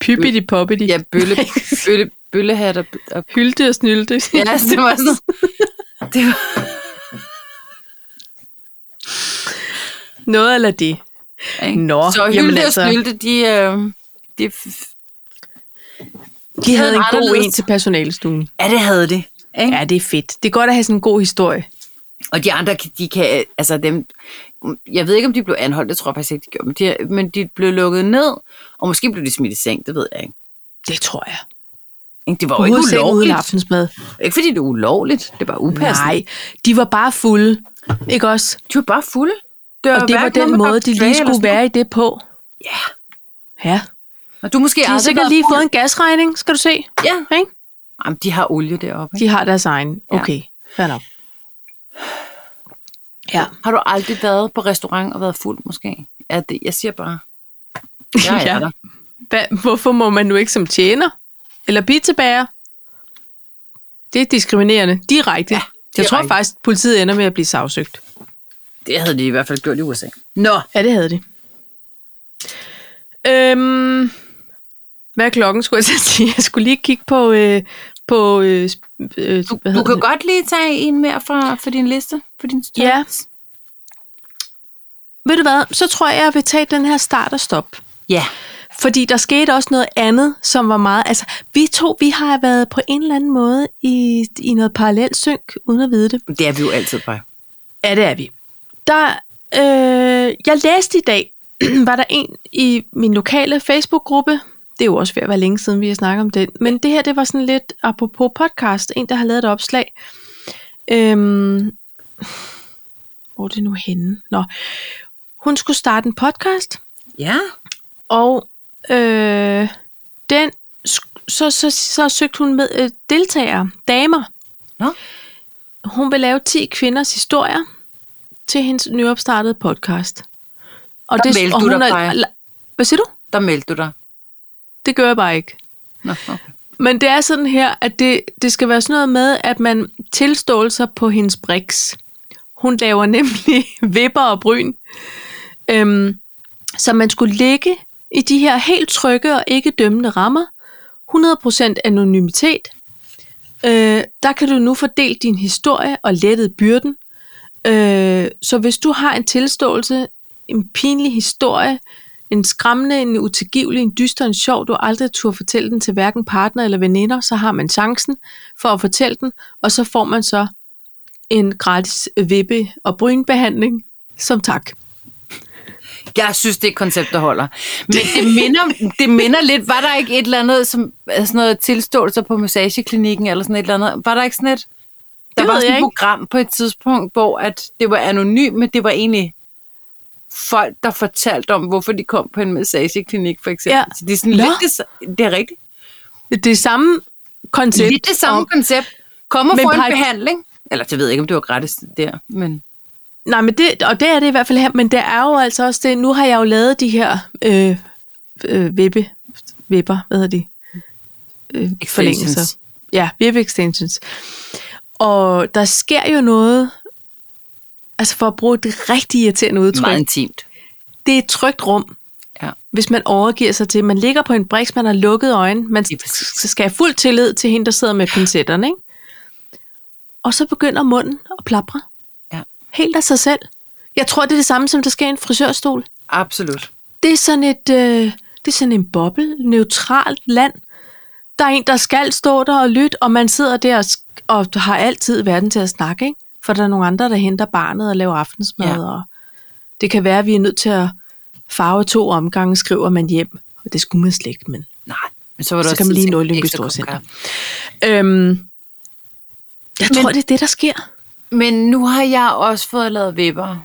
Pippi de Poppity. Ja, (laughs) bølle, (laughs) bølle, bøllehat og... og Hylde og snylte. ja, det var sådan (laughs) det var, (laughs) Noget eller det. ikke? Nå, Så jamen Hylde og altså. Snylde, de... Øh, de f- De havde en god anderledes- en til personalestuen. ja, det havde de. Ikke? Ja. Ja, det er fedt. Det er godt at have sådan en god historie. Og de andre, de kan... Altså dem... Jeg ved ikke, om de blev anholdt, det tror jeg faktisk ikke, de gjorde. Men de, men de blev lukket ned, og måske blev de smidt i seng, det ved jeg ikke. Det tror jeg. Ikke? Det var På jo ikke hovedsengen uden ulovligt. aftensmad. Ikke fordi det er ulovligt, det var upassende. Nej, de var bare fulde. Ikke også? De var bare fulde. Det Og det var hverken den noget med måde, de lige bakterier eller skulle sådan være i det på. noget. Ja. Ja. Og du måske De har aldrig sikkert været lige fuld. fået en gasregning, skal du se. Ja. Ikke? Jamen, de har olie deroppe. Ikke? De har deres egen. Ja. Okay, fair nok. Ja. Har du aldrig været på restaurant og været fuld, måske? Ja, det, jeg siger bare. Jeg (laughs) er Ja. der. Hva, hvorfor må man nu ikke som tjener? Eller pizzabager? Det er diskriminerende. Direkte. Ja, jeg tror direkte. faktisk, politiet ender med at blive sagsøgt. Det havde de i hvert fald gjort i USA. Nå, Ja, det havde de. Øhm, hvad er klokken, skulle jeg til at (laughs) sige? Jeg skulle lige kigge på... Øh, på øh, sp- øh, du, hvad du hedder kan det? godt lige tage en mere fra, fra din liste, for din størrelse. Ja. Ved du hvad? Så tror jeg, jeg vil tage den her start og stop. Ja. Fordi der skete også noget andet, som var meget... Altså, vi to, vi har været på en eller anden måde i, i noget parallelt synk, uden at vide det. Det er vi jo altid bare. Ja, det er vi. Der, øh, jeg læste i dag, (clears throat) var der en i min lokale Facebook-gruppe. Det er jo også ved at være længe siden, vi har snakket om den. Men det her, det var sådan lidt apropos podcast. En, der har lavet et opslag. Øhm, hvor er det nu henne? Nå. Hun skulle starte en podcast, Ja. og øh, den, sk- så, så, så søgte hun med øh, deltagere, damer. Nå. Hun vil lave 10 kvinders historier til hendes nyopstartede podcast. Og Der meldte du hun dig, er- Freja. la- Hvad siger du? Der meldte du dig. Det gør jeg bare ikke. Nå, okay. Men det er sådan her, at det, det skal være sådan noget med, at man tilståelser på hendes briks. Hun laver nemlig (laughs) vipper og bryn. Øhm, så man skulle ligge i de her helt trygge og ikke dømmende rammer. 100% anonymitet. Øh, der kan du nu fordele din historie og lettet byrden. Øh, så hvis du har en tilståelse, en pinlig historie, en skræmmende, en utilgivelig, en dyster, en sjov, du aldrig turde fortælle den til hverken partner eller veninder, så har man chancen for at fortælle den, og så får man så en gratis vippe- og brynbehandling som tak. Jeg synes, det er et koncept, der holder. Men det minder, det minder lidt, var der ikke et eller andet, som, altså sådan noget tilståelse på massageklinikken, eller sådan et eller andet? Var der ikke sådan et, der Det var ved sådan jeg et ikke. program på et tidspunkt, hvor at det var anonymt, men det var egentlig folk, der fortalte om, hvorfor de kom på en massageklinik, for eksempel. Ja. Ja. Så det er sådan Nå. lidt det, sa- det er rigtigt. Det er samme koncept. Lidt det samme om- koncept. Kom og Men få en par- behandling. Eller det ved jeg ikke, om det var gratis der, men... Nej, men det, og det er det i hvert fald her, men der er jo altså også det, nu har jeg jo lavet de her øh, øh, vippe, vipper, hvad hedder de? Øh, forlængelser. Ja, vippe extensions. Og der sker jo noget, altså for at bruge det rigtig irriterende udtryk, Meget intimt. det er et trygt rum, Ja. hvis man overgiver sig til, man ligger på en briks, man har lukket øjne, man Lige præcis. s- skal have fuld tillid til hende, der sidder med pincetterne, ikke? Og så begynder munden at plapre. Ja. Helt af sig selv. Jeg tror, det er det samme, som der sker i en frisørstol. Absolut. Det er sådan et, øh, det er sådan en boble, neutralt land. Der er en, der skal stå der og lytte, og man sidder der og, sk- og har altid verden til at snakke, ikke? For der er nogle andre, der henter barnet og laver aftensmad, Ja. ja. og det kan være, at vi er nødt til at farve to omgange, skriver man hjem. Og det skulle man slet ikke, men Nej. Men så var det Så også kan man lige tid til nå en Lyngby ekstra kop Storcenter. kaffe. Øhm, jeg Men- tror, det er det, der sker. Men nu har jeg også fået lavet vipper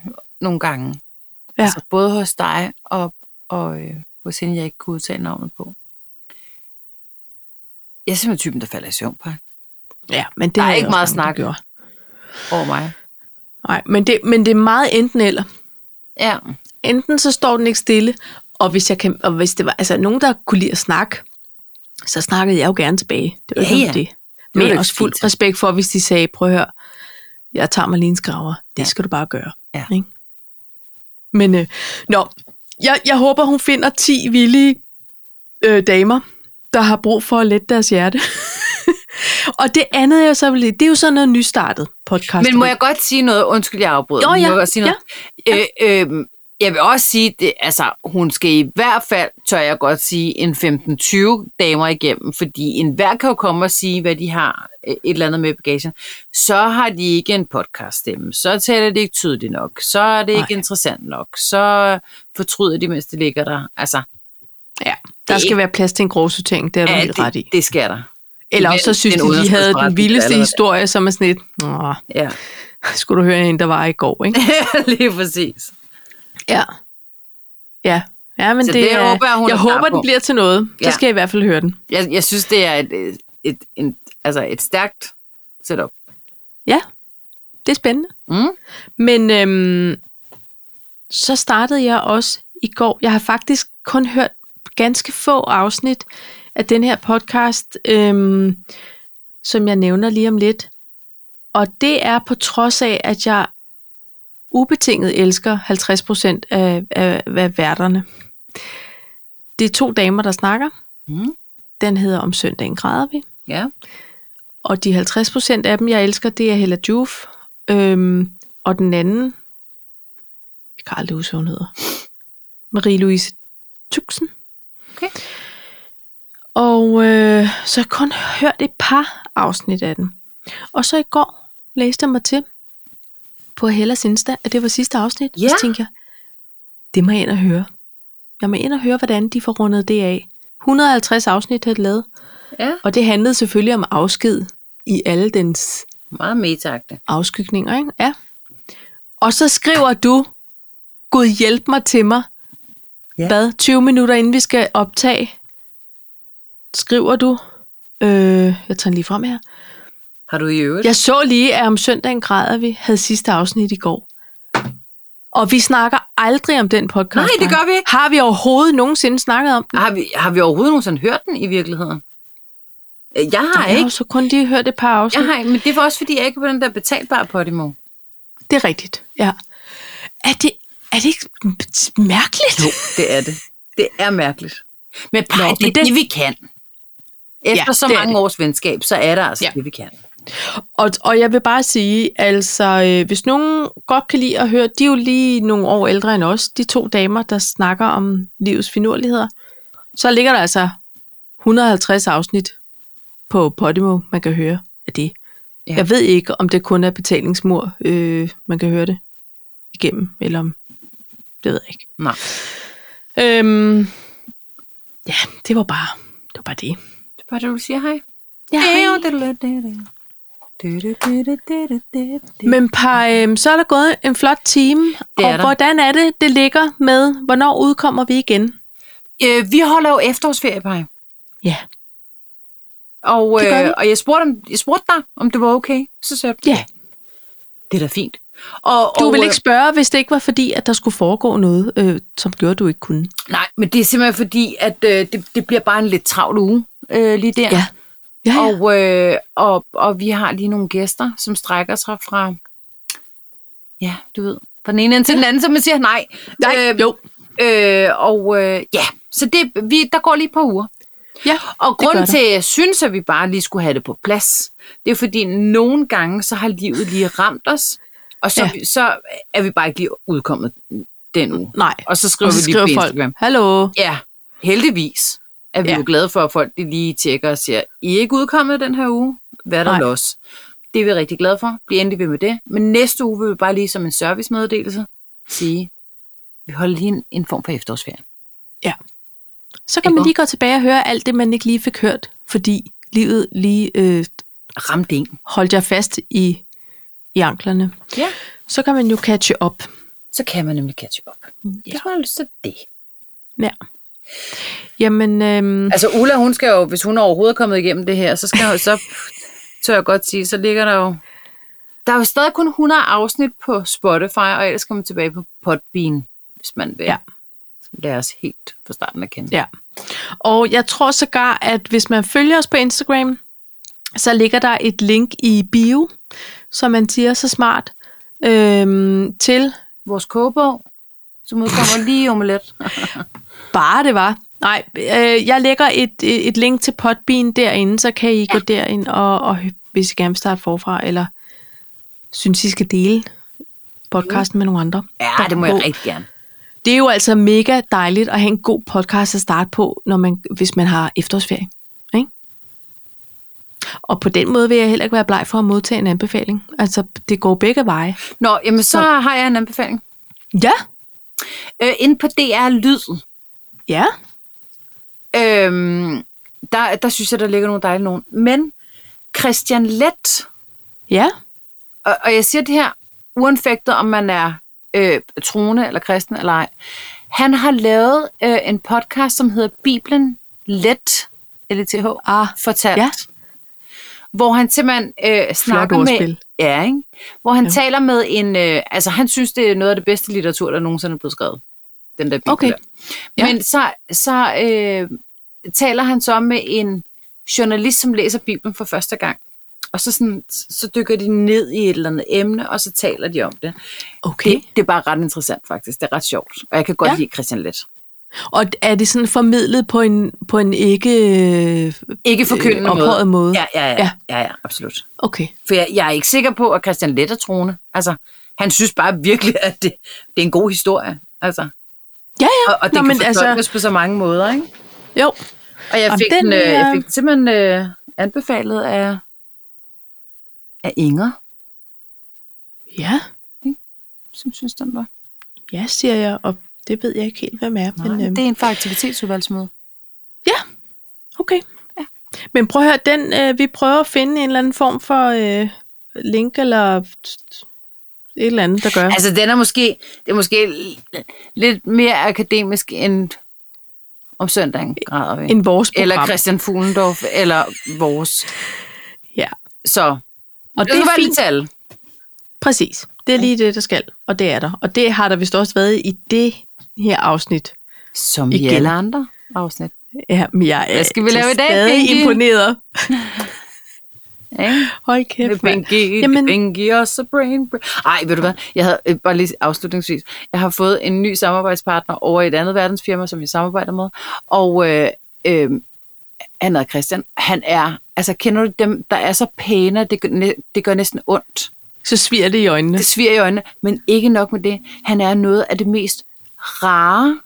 nogle gange. Ja. Altså både hos dig og, og øh, hos hende, jeg ikke kunne udtale navnet på. Jeg er simpelthen typen, der falder i søvn på Ja, men det Der er havde jeg ikke også meget mange, der snak. gjorde. over mig. Nej, men det, men det er meget enten eller. Ja. Enten så står den ikke stille, og hvis, jeg kan, og hvis det var altså, nogen, der kunne lide at snakke, så snakkede jeg jo gerne tilbage. Det var Ja, ikke ja, ja. det. var Men da jeg ikke har også fuld fint. respekt for, hvis de sagde, prøv at høre, jeg tager mig lige en skraver. Det Ja. skal du bare gøre. Ja. Ikke? Men øh, nå, jeg, jeg håber, hun finder 10 villige øh, damer, der har brug for at lette deres hjerte. (laughs) og det andet, jeg så vil lide, det er jo sådan noget nystartet podcast. Men må jeg godt sige noget? Undskyld, jeg afbryder. Jo, men ja, Må jeg, godt sige noget? Ja. Øh, øh, jeg vil også sige, det, altså, hun skal i hvert fald, tør jeg godt sige, en 15-20 damer igennem, fordi enhver kan jo komme og sige, hvad de har øh, et eller andet med i bagagen. Så har de ikke en podcaststemme, så taler det ikke tydeligt nok, så er det Nej. ikke interessant nok, så fortryder de, mens det ligger der. Altså, Ja, der Det- skal være plads til en grov sortering, det er du ja, helt ret i. det, det sker der. Eller Men også så synes den de, de havde den underskudsforretning, der vildeste allerede er. historie, som er sådan lidt, Nå, Ja, (laughs) skulle du høre en, der var i går, ikke? lige præcis. Ja. Ja, ja men Så det, det er, håber jeg, hun jeg er klar håber, på. det bliver til noget. Ja. Så skal jeg i hvert fald høre den. Jeg, jeg synes, det er et, et, et, en, altså et stærkt setup. Ja, det er spændende. Mm. Men øhm, så startede jeg også i går. Jeg har faktisk kun hørt ganske få afsnit af den her podcast, øhm, som jeg nævner lige om lidt. Og det er på trods af, at jeg ubetinget elsker 50% af, af, af værterne. Det er to damer, der snakker. Mm. Den hedder Om søndagen græder vi. Ja. Og de 50 procent af dem, jeg elsker, det er Hella Juf. Øhm, og den anden, jeg kan aldrig huske, hvad hun hedder. Marie-Louise Tuxen. Okay. Og øh, så har jeg kun hørt et par afsnit af den. Og så i går læste jeg mig til på Hellas Insta, at det var sidste afsnit. Ja. Og så tænkte jeg, det må jeg ind og høre. Jeg må ind og høre, hvordan de får rundet det af. 150 afsnit havde de lavet. Ja. Og det handlede selvfølgelig om afsked i alle dens Meget metagte. afskygninger, ikke? Ja. Og så skriver du, Gud hjælp mig til mig. Ja. Ja. Hvad? 20 minutter inden vi skal optage, skriver du, øh, jeg tager den lige frem her. Har du i øvrigt? Jeg så lige, at om søndagen græder vi, havde sidste afsnit i går. Og vi snakker aldrig om den podcast. Nej, det gør vi ikke. Har vi overhovedet nogensinde snakket om den? Har vi, har vi overhovedet nogensinde hørt den i virkeligheden? Øh, Jeg har Jeg har jo ikke. så kun lige hørt et par afsnit. Jeg har ikke, men det var også fordi, jeg ikke er på den der betalbare Podimo. Det er rigtigt, ja. Er det, er det ikke mærkeligt? Jo. Det er det. Det er mærkeligt. Men pej, Nå, det er men det- det, vi kan. Efter Ja, så det er mange det. års venskab, så er der altså Ja. det, vi kan. Og, og jeg vil bare sige, altså, øh, hvis nogen godt kan lide at høre, de er jo lige nogle år ældre end os, de to damer, der snakker om livets finurligheder, så ligger der altså 150 afsnit på Podimo, man kan høre af det. Ja. Ja. Jeg ved ikke, om det kun er betalingsmur, øh, man kan høre det igennem, eller om Det ved jeg ikke. Nej. Øhm, ja, det var bare det. Var bare det. Det er bare det, du siger hej. Ja, hej. Men par, øhm, så er der gået en flot time. Det er og der. hvordan er det, det ligger med, hvornår udkommer vi igen? Øh, vi holder jo efterårsferie, Paj. Ja. Og, Det gør øh, vi. og jeg, spurgte, om, jeg spurgte dig, om det var okay. Så sagde du, Ja. det er da fint. Og, Du og, vil øh, ikke spørge, hvis det ikke var fordi, at der skulle foregå noget, øh, som gjorde, at du ikke kunne. Nej, men det er simpelthen fordi, at øh, det, det bliver bare en lidt travl uge øh, lige der. Ja. Ja, ja. Og, øh, og, og vi har lige nogle gæster, som strækker sig fra, ja, du ved, fra den ene ende til den anden, så man siger nej. Nej, øh, jo. Øh, og øh, ja, så det, vi, der går lige et par uger. Ja, Og det grunden gør til, at jeg synes, at vi bare lige skulle have det på plads, det er fordi, nogle gange, så har livet lige ramt os, og så, ja. så er vi bare ikke lige udkommet den uge. Nej. Og så skriver Og så vi lige skriver på folk, Instagram. hallo. Ja, heldigvis er vi ja. Ja. jo glade for, at folk de lige tjekker og siger, I er ikke udkommet den her uge, hvad er der Nej. los? Det er vi rigtig glade for. Bliv endelig ved med det. Men næste uge vil vi bare lige som en servicemeddelelse sige, vi holder lige en, en form for efterårsferie. Så kan Ikke? man lige gå tilbage og høre alt det, man ikke lige fik hørt, fordi livet lige øh, Ram ding. holdt jer fast i, i anklerne. Ja. Så kan man jo catche op. Så kan man nemlig catch up. Ja. Jeg tror, jeg har lyst til det. Jamen, øh, Altså Ulla, hun skal jo, hvis hun overhovedet er kommet igennem det her, så skal hun, så tør jeg godt sige, så ligger der jo... Der er jo stadig kun 100 afsnit på Spotify, og ellers kommer man tilbage på Podbean, hvis man vil. Ja. Lad os helt fra starten at kende. Ja. og jeg tror sågar, at hvis man følger os på Instagram, så ligger der et link i bio, som man siger så smart, øh, til Vores kogebog, som udkommer lige om lidt. bare det var. Nej, øh, jeg lægger et, et et link til Podbean derinde, så kan I ja. gå derind, og, og hø- hvis I gerne vil starte forfra, eller synes, I skal dele podcasten med nogle andre. (laughs) Ja, Der- det må jeg hvor- rigtig gerne. Det er jo altså mega dejligt at have en god podcast at starte på, når man, hvis man har efterårsferie. Ikke? Og på den måde vil jeg heller ikke være bleg for at modtage en anbefaling. Altså, det går begge veje. Nå, jamen så har jeg en anbefaling. Ja. Øh, inde på DR Lyd, Ja. øhm, der, der synes jeg, der ligger nogle dejlige nogen. Men Christian Let, Ja. og, og jeg siger det her, uanfægtet om man er øh, troende eller kristen eller ej. Han har lavet øh, en podcast, som hedder Bibelen Let, LTH, Ah, fortalt. ja. Hvor han simpelthen øh, snakker med... ordspil. Ja, ikke? Hvor han Jo. jo. taler med en... Øh, altså, han synes, det er noget af det bedste litteratur, der nogensinde er blevet skrevet. Den der Bibel. Okay. Der. Ja. Men så, så øh, taler han så med en journalist, som læser Bibelen for første gang. Og så, sådan, så dykker de ned i et eller andet emne, og så taler de om det. Okay. Det, det er bare ret interessant faktisk. Det er ret sjovt. Og jeg kan godt Ja. ja. lide Christian Let. Og er det sådan formidlet på en, på en ikke øh, Ikke forkyndende ophøjet måde? Ja, ja, ja, Ja. ja. ja, ja absolut. Okay. For jeg, jeg er ikke sikker på, at Christian Let er troende. Altså, han synes bare virkelig, at det, det er en god historie. Altså, Ja, ja. og, og det Nå, Nå, kan men altså- fortolkes altså... på så mange måder, ikke? Jo. Og jeg Jamen, fik, den, den, øh, jeg øh, fik den simpelthen øh, anbefalet af, af Inger, Ja. som synes, den var. Ja, siger jeg, og det ved jeg ikke helt, hvem er. Nej, men, øhm, det er en for aktivitetsudvalgsmøde. Okay. Ja. Men prøv at høre, den, øh, vi prøver at finde en eller anden form for øh, link eller et eller andet, der gør. Altså, Altså, den er måske, det er måske l- lidt mere akademisk end om søndagen, græder vi. en vores program. Eller Christian Fuglendorf, eller vores. Ja. Så Og det er fint. Tal. Præcis. Det er lige det, der skal. Og det er der. Og det har der vist også været i det her afsnit. Som i Igen. alle andre afsnit. Ja, men jeg er Hvad skal vi lave i dag, stadig Pinky? imponeret. Ikke? Hold Med kæft, mand. Jamen- Binky, Jamen... Binky og så brain, brain. Ej, ved du hvad? Jeg havde, øh, bare lige afslutningsvis, jeg har fået en ny samarbejdspartner over i et andet verdensfirma, som jeg samarbejder med. Og øh, øh, han hedder Christian. Han er, altså kender du dem, der er så pæne, det, gør næ- det gør næsten ondt. Så sviger det i øjnene. Det sviger i øjnene, men ikke nok med det. Han er noget af det mest rare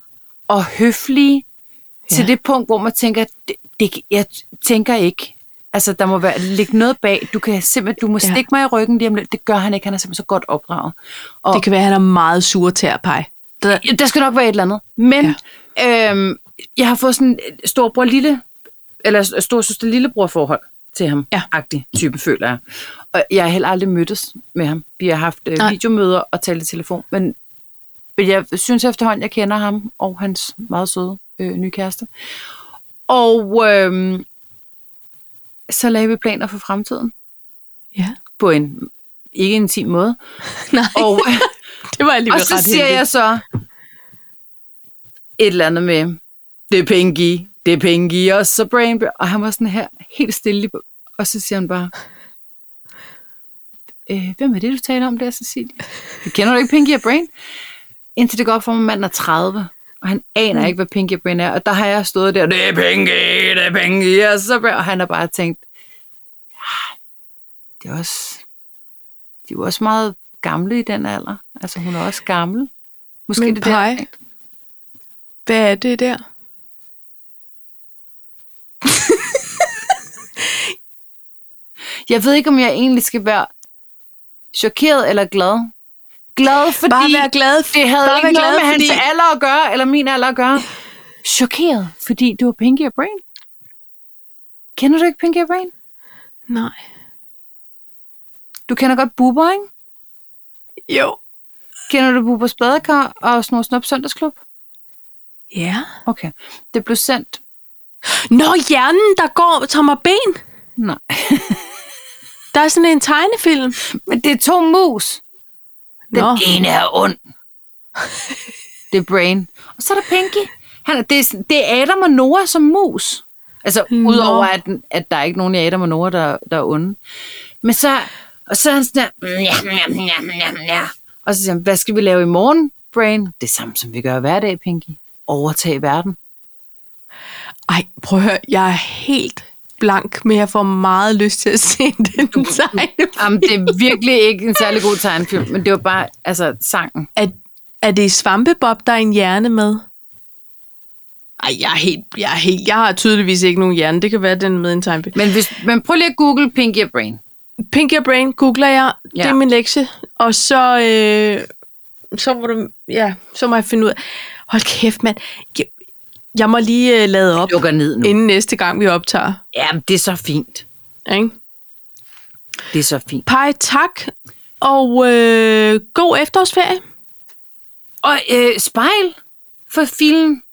og høflige ja. Ja. til det punkt, hvor man tænker, det, det, jeg tænker ikke. Altså, der må være, ligge noget bag. Du kan simpelthen, du må Ja. stikke mig i ryggen lige om lidt. Det gør han ikke. Han er simpelthen så godt opdraget. Og (laughs) Det kan være, at han er meget sur til at pege. Der, Ja, Der skal nok være et eller andet. Men ja. øhm, jeg har fået sådan et storbror lille, eller storsøster lillebror forhold til ham. Ja. Agtig typen, føler jeg. Og jeg har heller aldrig mødtes med ham. Vi har haft øh, Nej. videomøder og talt i telefon. Men, men jeg synes efterhånden, jeg kender ham og hans meget søde øh, nye kæreste. Og øhm, så lagde vi planer for fremtiden ja. på en ikke intim (laughs) måde. Nej, Og (laughs) det var alligevel og så ret siger heldigt. jeg så et eller andet med, det er penge i, det er penge i, og så brain, bl- og han var sådan her, helt stille, og så siger han bare, øh, hvem er det, du taler om der, Cecilie? Kender du ikke Pinky og Brain? Indtil det går op for mig, at manden er 30, og han aner mm. ikke, hvad Pinky og Brain er, og der har jeg stået der, det er Pinky, det er Pinky, og så Brain, og han har bare tænkt, ja, det er også, de er jo også meget gamle i den alder. Altså, hun er også gammel. Måske Men det der, pej. ikke? Hvad er det der? Jeg ved ikke, om jeg egentlig skal være chokeret eller glad. Glad, fordi Bare være glad. det havde bare ikke være noget glad, med hans fordi- alder at gøre, eller min alder at gøre. Chokeret, fordi du var Pinky og Brain. Kender du ikke Pinky og Brain? Nej. Du kender godt Bubber, ikke? Jo. Kender du Bubbers badekar og Snor Snop Søndagsklub? Ja. Okay. Det blev sendt. Nå, hjernen, der går, tager mig ben. Nej. Der er sådan en tegnefilm. Men det er to mus. Den Nå. Nå. ene er ond. Det er Brain. Og så er der Pinky. Han er, det, er, sådan- det er Adam og Noah som mus. Altså, Nå. udover at, at der er ikke nogen i Adam og Noah, der, der er onde. Men så, og så er han sådan der, "Njam, njam, njam, njam, njam." Og så siger han, hvad skal vi lave i morgen, Brain? Det samme, som vi gør hver dag, Pinky. Overtag verden. Ej, prøv at høre, jeg er helt blank, men jeg får meget lyst til at se (laughs) den tegnefilm. Jamen, det er virkelig ikke en særlig god tegnefilm, men det var bare, altså, sangen. Er, er det i Svampebob, der er en hjerne med? Ej, jeg, er helt, jeg, er helt, jeg har tydeligvis ikke nogen hjerne. Det kan være, den er med i en tegnefilm. Men, hvis, men prøv lige at google Pinky og Brain. Pinky og Brain googler jeg. Ja. Det Ja. er min lektie. Og så, øh, så, må du, ja, så må jeg finde ud af... Hold kæft, mand. Jeg, jeg må lige øh, lade op, Lukker ned nu. inden næste gang, vi optager. Jamen, det er så fint. Ikke? Det er så fint. Pej, tak. Og øh, god efterårsferie. Og øh, spejl for filen.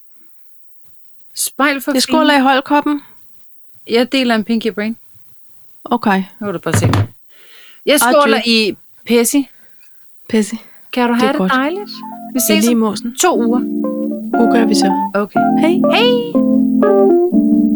Spejl for Jeg filen. skåler i holdkoppen. Jeg deler en pinky brain. Okay, Nu kan du bare se. Jeg Og skåler i Pessi. pisse. Kan du Det er have det, godt. det dejligt? Vi Det er ses lige om måsen. to uger. Nu gør vi så. Okay. Hej. Hej!